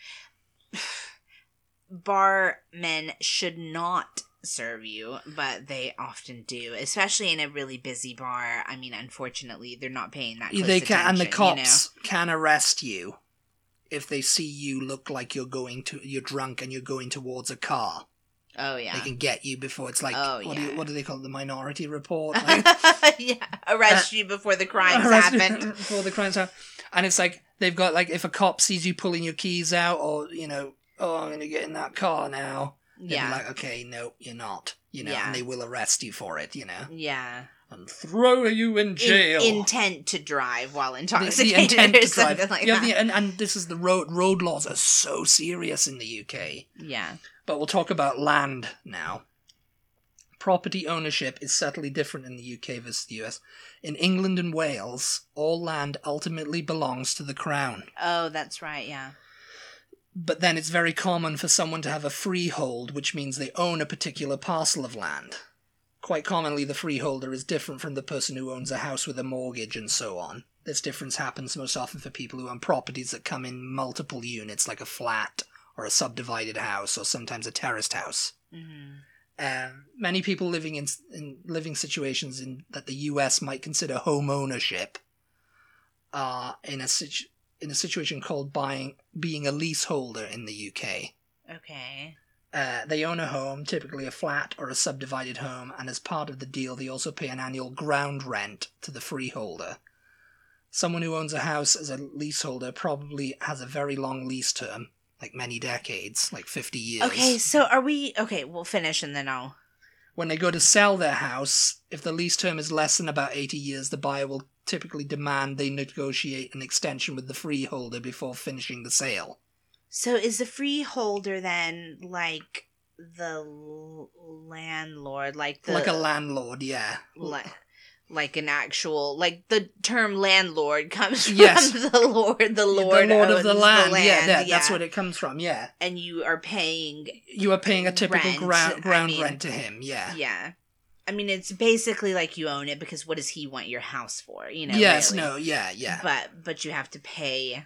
Speaker 2: barmen should not serve you, but they often do, especially in a really busy bar. I mean, unfortunately, they're not paying that. Close
Speaker 1: they can, and the
Speaker 2: attention, you know?
Speaker 1: cops can arrest you if they see you look like you're going to you're drunk and you're going towards a car.
Speaker 2: Oh
Speaker 1: They
Speaker 2: yeah.
Speaker 1: can get you before it's like
Speaker 2: Oh,
Speaker 1: what, do you,
Speaker 2: yeah.
Speaker 1: what do they call it, the minority report? Like,
Speaker 2: yeah, arrest you before the crimes
Speaker 1: arrest you
Speaker 2: happened.
Speaker 1: before the crimes happen. And it's like they've got like if a cop sees you pulling your keys out or you know oh I'm gonna get in that car now. They'd be
Speaker 2: Yeah.
Speaker 1: like, okay, no, you're not. You know,
Speaker 2: Yeah.
Speaker 1: and they will arrest you for it, you know,
Speaker 2: yeah.
Speaker 1: and throw you in jail.
Speaker 2: In- intent to drive while
Speaker 1: The- the
Speaker 2: intoxicated
Speaker 1: intent
Speaker 2: or
Speaker 1: to
Speaker 2: something
Speaker 1: drive.
Speaker 2: like
Speaker 1: yeah,
Speaker 2: that.
Speaker 1: the- and, and this is the road road laws are so serious in the UK.
Speaker 2: yeah.
Speaker 1: But we'll talk about land now. Property ownership is subtly different in the UK versus the US. In England and Wales, all land ultimately belongs to the crown.
Speaker 2: Oh, that's right. Yeah.
Speaker 1: But then it's very common for someone to have a freehold, which means they own a particular parcel of land. Quite commonly, the freeholder is different from the person who owns a house with a mortgage and so on. This difference happens most often for people who own properties that come in multiple units, like a flat or a subdivided house or sometimes a terraced house.
Speaker 2: hmm
Speaker 1: Um, many people living in, in living situations in that the U.S. might consider home ownership are in a situ- in a situation called buying being a leaseholder in the U.K.
Speaker 2: Okay.
Speaker 1: Uh, they own a home, typically a flat or a subdivided home, and as part of the deal, they also pay an annual ground rent to the freeholder. Someone who owns a house as a leaseholder probably has a very long lease term, like many decades, like 50 years.
Speaker 2: Okay. So are we? Okay. We'll finish and then I'll.
Speaker 1: When they go to sell their house, if the lease term is less than about 80 years, the buyer will typically demand they negotiate an extension with the freeholder before finishing the sale.
Speaker 2: So is the freeholder then like the l- landlord, like the
Speaker 1: like a landlord, yeah.
Speaker 2: la- like an actual like the term landlord comes from
Speaker 1: Yes.
Speaker 2: the lord. The
Speaker 1: The
Speaker 2: lord,
Speaker 1: lord
Speaker 2: owns
Speaker 1: of the land. yeah,
Speaker 2: land,
Speaker 1: that, that's what it comes from, yeah.
Speaker 2: and you are paying.
Speaker 1: You are paying a typical
Speaker 2: Rent, I
Speaker 1: ground, ground
Speaker 2: mean,
Speaker 1: rent to him, yeah.
Speaker 2: Yeah. I mean, it's basically like you own it because what does he want your house for? You know.
Speaker 1: yes,
Speaker 2: really?
Speaker 1: no, yeah, yeah.
Speaker 2: but but you have to pay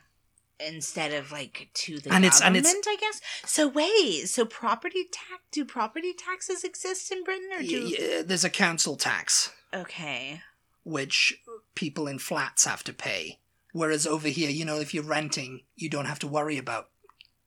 Speaker 2: instead of like to the
Speaker 1: And
Speaker 2: government,
Speaker 1: it's- and it's-
Speaker 2: I guess. So wait, so property tax? Do property taxes exist in Britain, or
Speaker 1: Y-
Speaker 2: do?
Speaker 1: y- there's a council tax,
Speaker 2: Okay.
Speaker 1: which people in flats have to pay. Whereas over here, you know, if you're renting, you don't have to worry about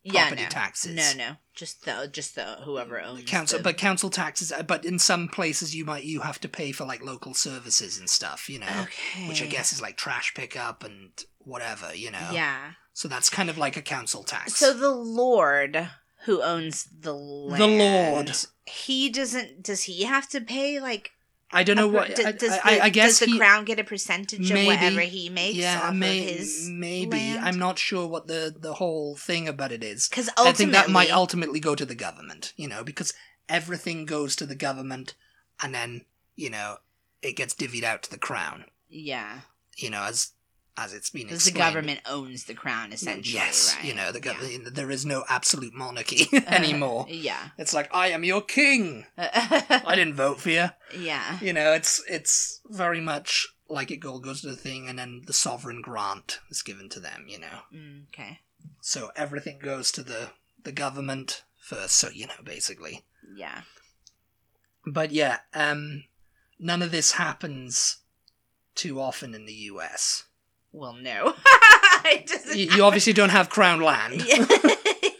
Speaker 2: Yeah.
Speaker 1: property
Speaker 2: No.
Speaker 1: taxes.
Speaker 2: No. No. Just the just the whoever owns
Speaker 1: council
Speaker 2: the-
Speaker 1: but council taxes uh, but in some places you might you have to pay for like local services and stuff you know
Speaker 2: okay.
Speaker 1: which i guess is like trash pickup and whatever you know
Speaker 2: Yeah.
Speaker 1: so that's kind of like a council tax
Speaker 2: So the Lord who owns the land,
Speaker 1: Lord.
Speaker 2: he doesn't. Does he have to pay like?
Speaker 1: i don't know
Speaker 2: a per-
Speaker 1: what
Speaker 2: d-
Speaker 1: I,
Speaker 2: does
Speaker 1: I,
Speaker 2: the,
Speaker 1: I- I guess
Speaker 2: does the
Speaker 1: he-
Speaker 2: crown get a percentage of
Speaker 1: Maybe.
Speaker 2: whatever he makes off of
Speaker 1: may-
Speaker 2: his
Speaker 1: maybe
Speaker 2: land?
Speaker 1: i'm not sure what the the whole thing about it is
Speaker 2: Because
Speaker 1: i
Speaker 2: ultimately,
Speaker 1: think that might ultimately go to the government you know because everything goes to the government and then you know it gets divvied out to the crown
Speaker 2: yeah,
Speaker 1: you know as as it's been
Speaker 2: because the
Speaker 1: explained.
Speaker 2: government owns the crown essentially.
Speaker 1: yes,
Speaker 2: right?
Speaker 1: you know the
Speaker 2: Yeah.
Speaker 1: government. There is no absolute monarchy
Speaker 2: Uh,
Speaker 1: anymore.
Speaker 2: yeah,
Speaker 1: It's like I am your king. I didn't vote for you.
Speaker 2: yeah,
Speaker 1: You know, it's it's very much like it all goes to the thing, and then the sovereign grant is given to them. You know,
Speaker 2: Mm, okay,
Speaker 1: so everything goes to the the government first. So you know, basically.
Speaker 2: yeah,
Speaker 1: But yeah, um, none of this happens too often in the U.S.
Speaker 2: well, no, It doesn't
Speaker 1: You, you obviously don't have crown land
Speaker 2: happen.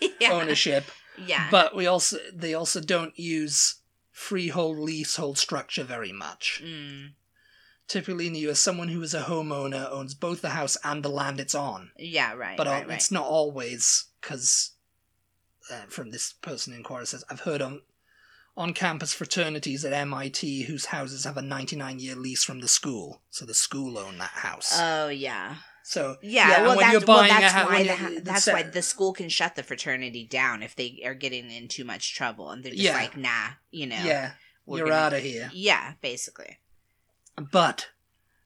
Speaker 2: yeah,
Speaker 1: ownership.
Speaker 2: yeah,
Speaker 1: but we also they also don't use freehold leasehold structure very much
Speaker 2: Mm,
Speaker 1: typically in the us someone who is a homeowner owns both the house and the land it's on
Speaker 2: yeah, right,
Speaker 1: but
Speaker 2: right,
Speaker 1: al-
Speaker 2: right.
Speaker 1: it's not always because uh, from this person in Quora says i've heard on on campus fraternities at mit whose houses have a 99 year lease from the school so the school owned that house
Speaker 2: Oh yeah,
Speaker 1: so
Speaker 2: yeah.
Speaker 1: and
Speaker 2: well,
Speaker 1: when
Speaker 2: that's,
Speaker 1: you're
Speaker 2: well,
Speaker 1: buying a
Speaker 2: that's
Speaker 1: hou-
Speaker 2: why
Speaker 1: when
Speaker 2: the,
Speaker 1: you-
Speaker 2: ha-
Speaker 1: the
Speaker 2: that's
Speaker 1: se-
Speaker 2: why the school can shut the fraternity down if they are getting in too much trouble, and they're just
Speaker 1: Yeah.
Speaker 2: like, nah, you know,
Speaker 1: yeah
Speaker 2: we're
Speaker 1: you're
Speaker 2: gonna-
Speaker 1: out of here
Speaker 2: yeah, basically,
Speaker 1: But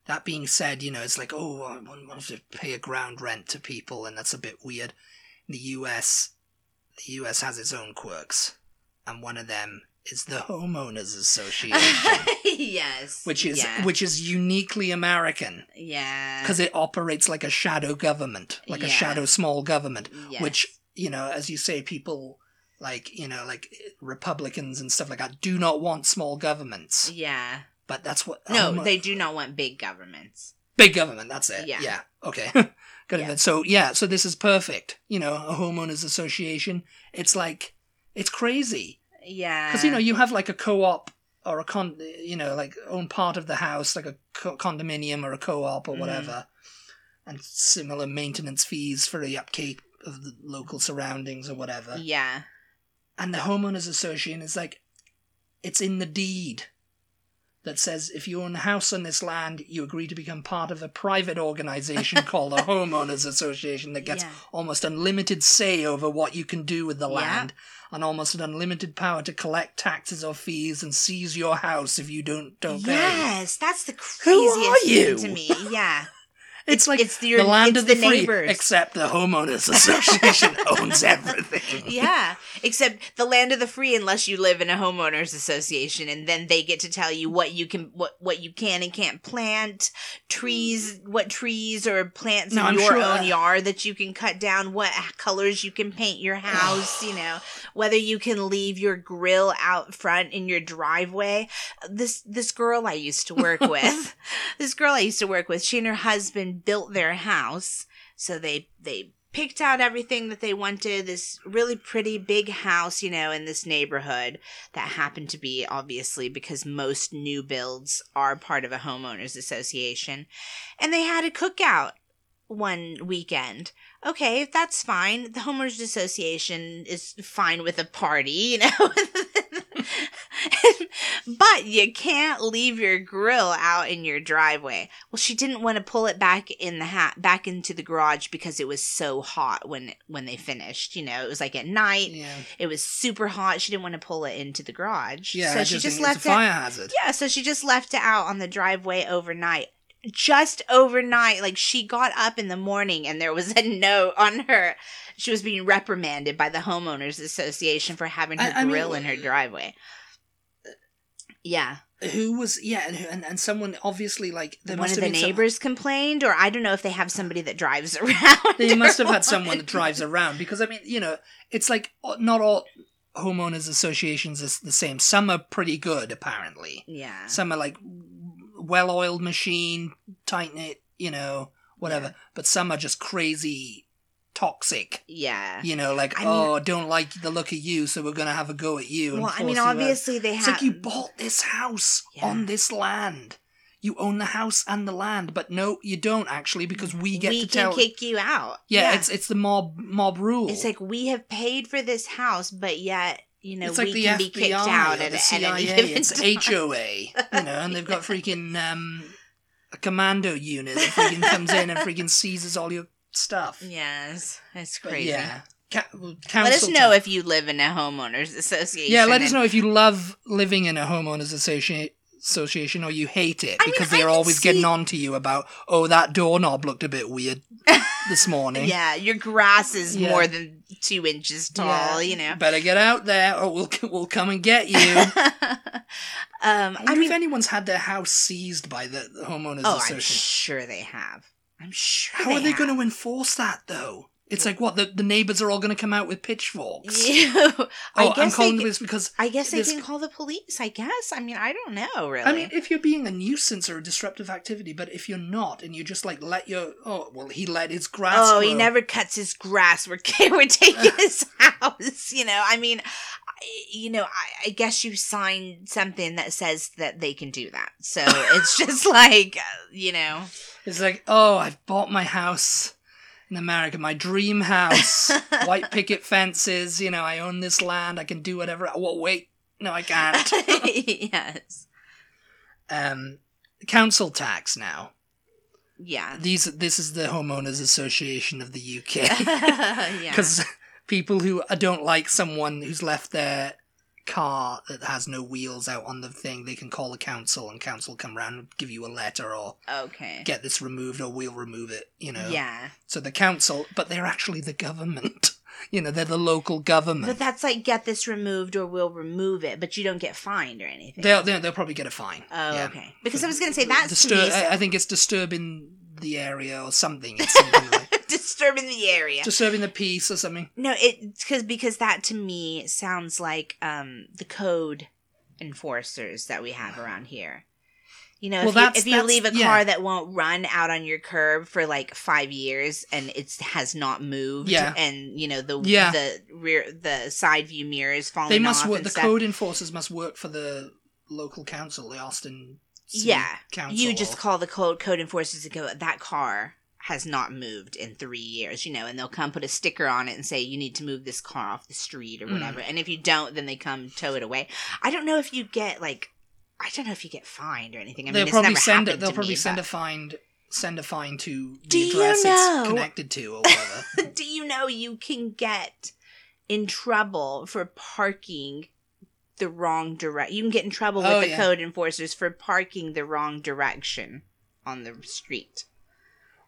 Speaker 1: that being said, you know, it's like, oh, I want want to pay a ground rent to people, and that's a bit weird. The US, the US has its own quirks, and one of them is the homeowners association,
Speaker 2: yes,
Speaker 1: which is
Speaker 2: yeah.
Speaker 1: which is uniquely American
Speaker 2: Yeah.
Speaker 1: because it operates like a shadow government, like a
Speaker 2: Yeah.
Speaker 1: shadow small government,
Speaker 2: Yes.
Speaker 1: which you know, as you say, people like you know, like Republicans and stuff like that do not want small governments,
Speaker 2: Yeah.
Speaker 1: but that's what
Speaker 2: No,
Speaker 1: homo-
Speaker 2: they do not want big governments.
Speaker 1: Big government, that's it.
Speaker 2: Yeah.
Speaker 1: Yeah. Okay. Got it.
Speaker 2: Yeah.
Speaker 1: So yeah, so this is perfect. You know, a homeowners association. It's like it's crazy
Speaker 2: Yeah.
Speaker 1: because you know you have like a co-op or a con, you know, like own part of the house, like a co- condominium or a co-op or
Speaker 2: Mhm.
Speaker 1: whatever, and similar maintenance fees for the upkeep of the local surroundings or whatever.
Speaker 2: Yeah.
Speaker 1: And the homeowners association is like, it's in the deed that says if you own a house on this land, you agree to become part of a private organization called a homeowners association that gets
Speaker 2: Yeah.
Speaker 1: almost unlimited say over what you can do with the
Speaker 2: Yeah.
Speaker 1: land and almost an unlimited power to collect taxes or fees and seize your house if you don't don't pay.
Speaker 2: Yes, that's the
Speaker 1: Who are
Speaker 2: craziest thing
Speaker 1: you?
Speaker 2: to me. Yeah,
Speaker 1: It's like
Speaker 2: it's the, your,
Speaker 1: the land
Speaker 2: it's
Speaker 1: of the,
Speaker 2: the
Speaker 1: free,
Speaker 2: neighbors.
Speaker 1: except the homeowners association owns everything.
Speaker 2: yeah, except the land of the free, unless you live in a homeowners association, and then they get to tell you what you can, what what you can and can't plant, trees, what trees or plants
Speaker 1: No,
Speaker 2: in
Speaker 1: I'm
Speaker 2: your
Speaker 1: sure- uh,
Speaker 2: own yard that you can cut down, what colors you can paint your house, you know, whether you can leave your grill out front in your driveway. This this girl I used to work with, this girl I used to work with, she and her husband built their house. So they they picked out everything that they wanted. This really pretty big house, you know, in this neighborhood that happened to be obviously because most new builds are part of a homeowners association, and they had a cookout one weekend. Okay, that's fine. The homeowners association is fine with a party, you know. but you can't leave your grill out in your driveway. Well, she didn't want to pull it back in the hat back into the garage because it was so hot when when they finished, you know. It was like at night.
Speaker 1: Yeah,
Speaker 2: It was super hot. She didn't want to pull it into the garage.
Speaker 1: yeah.
Speaker 2: so
Speaker 1: I
Speaker 2: she just,
Speaker 1: think
Speaker 2: left
Speaker 1: it's a fire hazard.
Speaker 2: yeah, so she just left it out on the driveway overnight. Just overnight, like she got up in the morning and there was a note on her. She was being reprimanded by the homeowners association for having her
Speaker 1: I- I mean,
Speaker 2: grill in her driveway. Yeah,
Speaker 1: Who was? Yeah, and, and and someone obviously like there
Speaker 2: one
Speaker 1: must
Speaker 2: of
Speaker 1: have
Speaker 2: the
Speaker 1: been some-
Speaker 2: neighbors complained, or I don't know if they have somebody that drives around.
Speaker 1: they
Speaker 2: or
Speaker 1: must have had
Speaker 2: what.
Speaker 1: someone that drives around because I mean, you know, it's like uh, not all homeowners associations is the same. Some are pretty good, apparently.
Speaker 2: Yeah,
Speaker 1: Some are like well-oiled machine, tight knit, you know, whatever. But some are just crazy, toxic.
Speaker 2: yeah.
Speaker 1: You know, like
Speaker 2: I mean-
Speaker 1: oh, I don't like the look of you, so we're gonna have a go at you. and
Speaker 2: Well, I
Speaker 1: force
Speaker 2: mean,
Speaker 1: you out."
Speaker 2: obviously they
Speaker 1: It's
Speaker 2: have.
Speaker 1: like you bought this house
Speaker 2: Yeah.
Speaker 1: on this land. You own the house and the land, but no, you don't actually because we get
Speaker 2: we
Speaker 1: to
Speaker 2: can
Speaker 1: tell.
Speaker 2: kick you out.
Speaker 1: yeah, it's it's the mob mob rule.
Speaker 2: It's like we have paid for this house, but yet you know
Speaker 1: It's like
Speaker 2: we
Speaker 1: the
Speaker 2: can
Speaker 1: FBI
Speaker 2: be kicked out
Speaker 1: or
Speaker 2: at,
Speaker 1: the
Speaker 2: at any
Speaker 1: CIA.
Speaker 2: given
Speaker 1: it's
Speaker 2: time.
Speaker 1: HOA, you know, and they've got freaking um, a commando unit that freaking comes in and freaking seizes all your stuff.
Speaker 2: Yes, it's
Speaker 1: But
Speaker 2: crazy.
Speaker 1: Yeah. Ca- well,
Speaker 2: Let us
Speaker 1: council
Speaker 2: know
Speaker 1: tax-
Speaker 2: if you live in a homeowners association.
Speaker 1: Yeah, let us
Speaker 2: and-
Speaker 1: know if you love living in a homeowners association association or you hate it
Speaker 2: I mean,
Speaker 1: because
Speaker 2: I
Speaker 1: they're
Speaker 2: can
Speaker 1: always getting
Speaker 2: see-
Speaker 1: on to you about oh that doorknob looked a bit weird this morning.
Speaker 2: Yeah, your grass is
Speaker 1: Yeah.
Speaker 2: more than two inches tall. You know.
Speaker 1: Better get out there or we'll we'll come and get you.
Speaker 2: um,
Speaker 1: I
Speaker 2: I
Speaker 1: wonder
Speaker 2: mean,
Speaker 1: if anyone's had their house seized by the, the homeowners
Speaker 2: oh, I'm
Speaker 1: association.
Speaker 2: sure they have. I'm sure.
Speaker 1: How are they going
Speaker 2: have.
Speaker 1: to enforce that though? It's like what the, the neighbors are all going to come out with pitchforks.
Speaker 2: Ew. I
Speaker 1: Oh, I'm
Speaker 2: guess they
Speaker 1: calling
Speaker 2: could-
Speaker 1: this because
Speaker 2: I guess they
Speaker 1: This-
Speaker 2: can call the police. I guess. I mean, I don't know really.
Speaker 1: I mean, if you're being a nuisance or a disruptive activity, but if you're not and you just like let your oh well, he let his grass.
Speaker 2: Oh, he
Speaker 1: grow.
Speaker 2: never cuts his grass. We're we're taking his house. You know, I mean, I- you know, I, I guess you sign something that says that they can do that. So it's just like, uh, you know,
Speaker 1: It's like oh, I've bought my house in America, my dream house, white picket fences. You know, I own this land. I can do whatever. I, well, wait, no, I can't.
Speaker 2: yes,
Speaker 1: um, council tax now.
Speaker 2: yeah,
Speaker 1: These this is the homeowners association of the UK
Speaker 2: yeah,
Speaker 1: because people who don't like someone who's left their car that has no wheels out on the thing, they can call the council and council come round and give you a letter or
Speaker 2: okay,
Speaker 1: get this removed or we'll remove it. You know,
Speaker 2: yeah.
Speaker 1: So the council, but they're actually the government. You know, they're the local government.
Speaker 2: But that's like get this removed or we'll remove it, but you don't get fined or anything.
Speaker 1: they'll, they'll they'll probably get a fine.
Speaker 2: oh,
Speaker 1: yeah.
Speaker 2: okay. Because I was gonna say that's to
Speaker 1: Distur-
Speaker 2: me
Speaker 1: I, I think it's disturbing the area or something. It's something like
Speaker 2: disturbing the area.
Speaker 1: disturbing the peace or something.
Speaker 2: No, it because because that to me sounds like um the code enforcers that we have around here. You know,
Speaker 1: Well,
Speaker 2: if you,
Speaker 1: that's-
Speaker 2: if you
Speaker 1: that's-
Speaker 2: leave a
Speaker 1: yeah.
Speaker 2: car that won't run out on your curb for like five years and it has not moved,
Speaker 1: Yeah.
Speaker 2: and you know the
Speaker 1: Yeah.
Speaker 2: the rear the side view mirror is falling.
Speaker 1: They must
Speaker 2: off
Speaker 1: work.
Speaker 2: and
Speaker 1: The
Speaker 2: stuff,
Speaker 1: code enforcers must work for the local council, the Austin City
Speaker 2: Yeah.
Speaker 1: Council.
Speaker 2: You just
Speaker 1: or-
Speaker 2: call the code code enforcers and go that car has not moved in three years, you know, and they'll come put a sticker on it and say, you need to move this car off the street or
Speaker 1: Mm.
Speaker 2: whatever. And if you don't, then they come tow it away. I don't know if you get, like, I don't know if you get fined or anything. I mean,
Speaker 1: they'll
Speaker 2: it's
Speaker 1: probably
Speaker 2: never
Speaker 1: send it.
Speaker 2: happened
Speaker 1: They'll
Speaker 2: to
Speaker 1: probably
Speaker 2: me,
Speaker 1: send a
Speaker 2: but-
Speaker 1: fine. Send a fine to
Speaker 2: Do
Speaker 1: the
Speaker 2: you
Speaker 1: address
Speaker 2: know-
Speaker 1: it's connected to or whatever.
Speaker 2: Do you know you can get in trouble for parking the wrong direct? You can get in trouble with
Speaker 1: Oh,
Speaker 2: the
Speaker 1: yeah.
Speaker 2: code enforcers for parking the wrong direction on the street.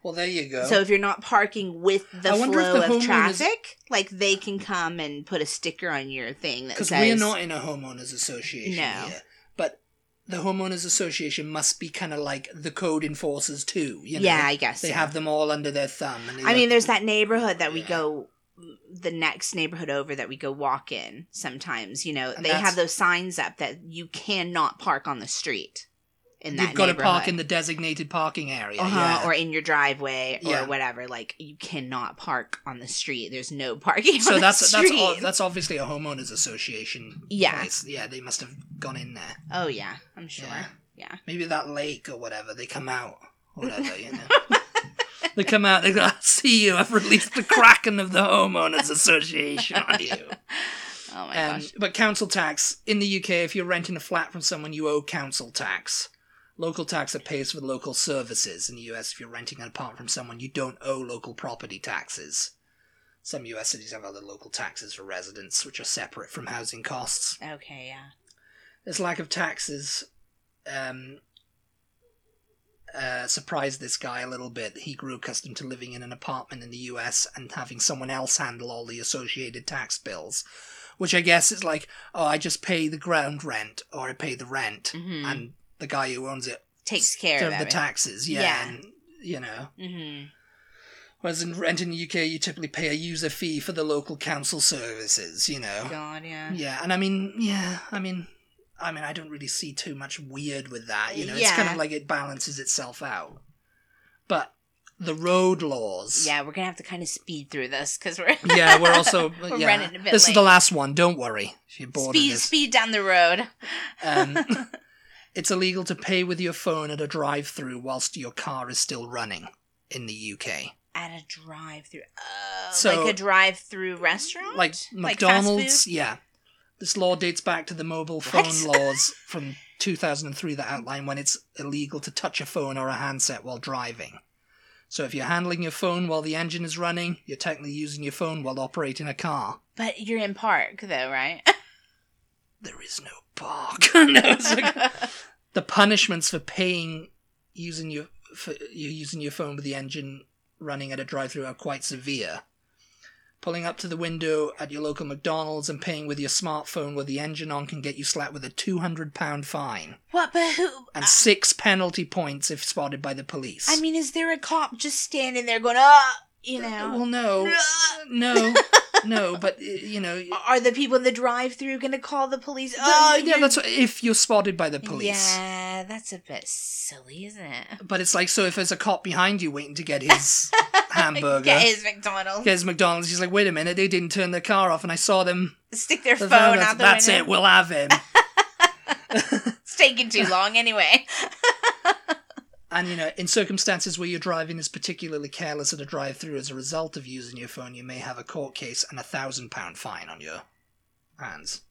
Speaker 1: well, there you go.
Speaker 2: So if you're not parking with the
Speaker 1: I wonder if
Speaker 2: flow
Speaker 1: the
Speaker 2: of
Speaker 1: homeowners-
Speaker 2: traffic, like they can come and put a sticker on your thing that
Speaker 1: because
Speaker 2: says
Speaker 1: we're not in a homeowners association
Speaker 2: No.
Speaker 1: here, but the homeowners association must be kind of like the code enforcers too. You know?
Speaker 2: Yeah, I guess.
Speaker 1: they
Speaker 2: so.
Speaker 1: have them all under their thumb. And they
Speaker 2: I
Speaker 1: look-
Speaker 2: mean, there's that neighborhood that we
Speaker 1: Yeah.
Speaker 2: go, the next neighborhood over that we go walk in sometimes. You know,
Speaker 1: And
Speaker 2: they
Speaker 1: that's-
Speaker 2: have those signs up that you cannot park on the street in that
Speaker 1: you've got to
Speaker 2: neighborhood.
Speaker 1: park in the designated parking area.
Speaker 2: uh-huh,
Speaker 1: yeah.
Speaker 2: or in your driveway or
Speaker 1: Yeah.
Speaker 2: whatever. Like you cannot park on the street. There's no parking.
Speaker 1: so
Speaker 2: on
Speaker 1: that's
Speaker 2: the
Speaker 1: that's
Speaker 2: street.
Speaker 1: all, that's obviously a homeowners association.
Speaker 2: Yeah.
Speaker 1: place. yeah, they must have gone in there.
Speaker 2: oh yeah, I'm sure.
Speaker 1: Yeah.
Speaker 2: Yeah.
Speaker 1: Maybe that lake or whatever. They come out, whatever you know. they come out. They go, "I see you. I've released the kraken of the homeowners association on you."
Speaker 2: Oh my
Speaker 1: Um,
Speaker 2: gosh.
Speaker 1: but council tax in the UK, if you're renting a flat from someone, you owe council tax. Local tax that pays for local services. In the US, if you're renting an apartment from someone, you don't owe local property taxes. Some US cities have other local taxes for residents, which are separate from housing costs.
Speaker 2: Okay. Yeah.
Speaker 1: This lack of taxes um, uh, surprised this guy a little bit. He grew accustomed to living in an apartment in the US and having someone else handle all the associated tax bills, which I guess is like, oh, I just pay the ground rent or I pay the rent,
Speaker 2: hmm
Speaker 1: and the guy who owns it
Speaker 2: Takes care
Speaker 1: does
Speaker 2: of,
Speaker 1: Um, the
Speaker 2: everything.
Speaker 1: taxes. Yeah,
Speaker 2: Yeah.
Speaker 1: and, you know.
Speaker 2: hmm
Speaker 1: Whereas in rent in the UK, you typically pay a user fee for the local council services. You know.
Speaker 2: God. Yeah.
Speaker 1: Yeah, and I mean, yeah, I mean, I mean, I don't really see too much weird with that. You know, it's
Speaker 2: Yeah.
Speaker 1: kind of like it balances itself out. But the road laws.
Speaker 2: Yeah, we're gonna have to kind of speed through this because we're
Speaker 1: Yeah, we're also
Speaker 2: We're
Speaker 1: yeah.
Speaker 2: running a bit
Speaker 1: this
Speaker 2: late.
Speaker 1: is the last one. Don't worry if you're bored
Speaker 2: speed
Speaker 1: of this.
Speaker 2: speed down the road.
Speaker 1: Um, it's illegal to pay with your phone at a drive-through whilst your car is still running in the UK.
Speaker 2: At a drive-through, oh,
Speaker 1: So-
Speaker 2: like a drive-through restaurant,
Speaker 1: Like
Speaker 2: fast
Speaker 1: McDonald's,
Speaker 2: food?
Speaker 1: yeah. This law dates back to the mobile phone
Speaker 2: What?
Speaker 1: laws from 2003 that outline when it's illegal to touch a phone or a handset while driving. So if you're handling your phone while the engine is running, you're technically using your phone while operating a car.
Speaker 2: but you're in park though, right?
Speaker 1: There is no park. no, it's like- the punishments for paying using your for you using your phone with the engine running at a drive-through are quite severe. Pulling up to the window at your local McDonald's and paying with your smartphone with the engine on can get you slapped with a two hundred pound fine
Speaker 2: what? But who?
Speaker 1: and six penalty points if spotted by the police.
Speaker 2: Ah. I mean, is there a cop just standing there going, ah, you know?
Speaker 1: Uh, well, no, Uh,
Speaker 2: Ah.
Speaker 1: no, no, but uh, you know,
Speaker 2: Are the people in the drive-through gonna call the police?
Speaker 1: oh, yeah,
Speaker 2: you-
Speaker 1: that's what, if you're spotted by the police.
Speaker 2: Yeah, that's a bit silly, isn't it?
Speaker 1: But it's like so if there's a cop behind you waiting to get his hamburger.
Speaker 2: Get his McDonald's.
Speaker 1: There's McDonald's. He's like, wait a minute, they didn't turn their car off, and I saw them.
Speaker 2: Stick their
Speaker 1: That's-
Speaker 2: phone
Speaker 1: that's
Speaker 2: out the
Speaker 1: that's
Speaker 2: window.
Speaker 1: it. We'll have him.
Speaker 2: It's taking too long anyway.
Speaker 1: and you know, in circumstances where your driving is particularly careless at a drive-through as a result of using your phone, you may have a court case and a thousand pound fine on your hands.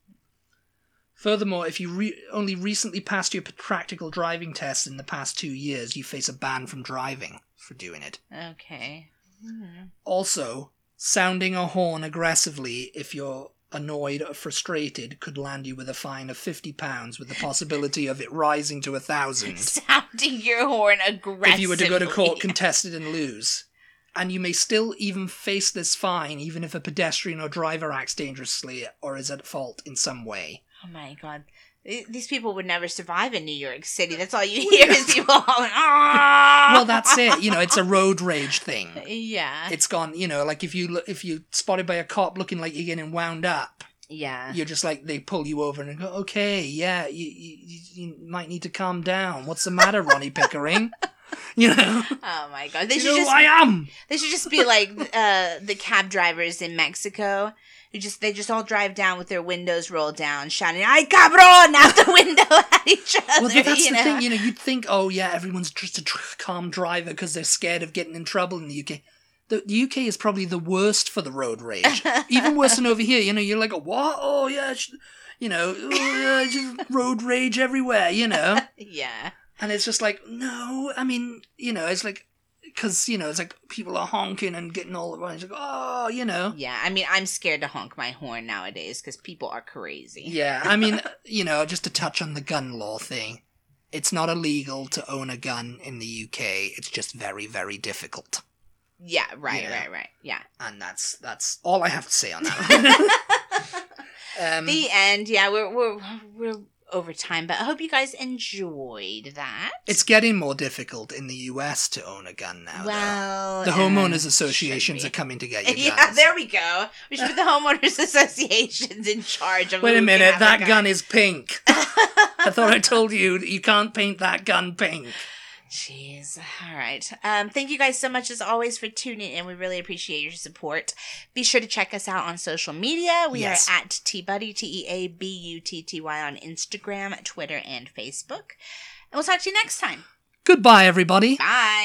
Speaker 1: Furthermore, if you re- only recently passed your p- practical driving test in the past two years, you face a ban from driving for doing it.
Speaker 2: Okay. Hmm.
Speaker 1: Also, sounding a horn aggressively if you're annoyed or frustrated could land you with a fine of fifty pounds, with the possibility of it rising to a thousand
Speaker 2: Sounding your horn aggressively.
Speaker 1: if you were to go to court, contest it, and lose. And you may still even face this fine, even if a pedestrian or driver acts dangerously or is at fault in some way.
Speaker 2: Oh my god. Th- These people would never survive in New York City. That's all you hear is people hauling. "Ah!"
Speaker 1: Well, that's it. You know, it's a road rage thing.
Speaker 2: Yeah.
Speaker 1: It's gone. You know, like if you lo- if you spotted by a cop looking like you're getting wound up,
Speaker 2: Yeah.
Speaker 1: you're just like they pull you over and go, okay, yeah, you, you, you- you might need to calm down. What's the matter, Ronnie Pickering? You know,
Speaker 2: Oh my god. They
Speaker 1: you
Speaker 2: should
Speaker 1: know who
Speaker 2: just
Speaker 1: I am.
Speaker 2: they should just be like uh the cab drivers in Mexico. who just they just all drive down with their windows rolled down, shouting "Ay cabrón!" out the window at each other.
Speaker 1: Well, but that's
Speaker 2: you
Speaker 1: the
Speaker 2: know?
Speaker 1: thing. You know, you'd think, oh yeah, everyone's just a tr- calm driver because they're scared of getting in trouble in the UK. The, the UK is probably the worst for the road rage. Even worse than over here. You know, you're like, what? Oh yeah, sh-, you know, oh, yeah, just road rage everywhere. You know,
Speaker 2: yeah.
Speaker 1: and it's just like, no. I mean, you know, it's like. Because you know, it's like people are honking and getting all around. It's like, oh, you know,
Speaker 2: Yeah. I mean, I'm scared to honk my horn nowadays because people are crazy.
Speaker 1: Yeah, I mean, you know, just to touch on the gun law thing, it's not illegal to own a gun in the UK. It's just very, very difficult,
Speaker 2: Yeah, right,
Speaker 1: Yeah.
Speaker 2: right, right. Yeah.
Speaker 1: and that's that's all I have to say on that. um,
Speaker 2: the end. Yeah, we're we're we're over time, but I hope you guys enjoyed that.
Speaker 1: it's getting more difficult in the US to own a gun now. though.
Speaker 2: well,
Speaker 1: the
Speaker 2: uh,
Speaker 1: homeowners
Speaker 2: should
Speaker 1: associations
Speaker 2: be.
Speaker 1: are coming to get you.
Speaker 2: Yeah,
Speaker 1: guns.
Speaker 2: there we go. We should put the homeowners associations in charge of.
Speaker 1: Wait a
Speaker 2: who can
Speaker 1: minute,
Speaker 2: have
Speaker 1: that gun is pink. I thought I told you that you can't paint that gun pink.
Speaker 2: Jeez. All right. Um, thank you guys so much as always for tuning in. We really appreciate your support. Be sure to check us out on social media. We
Speaker 1: Yes.
Speaker 2: are at T Buddy T E A B U T T Y on Instagram, Twitter, and Facebook. And we'll talk to you next time.
Speaker 1: Goodbye, everybody.
Speaker 2: Bye.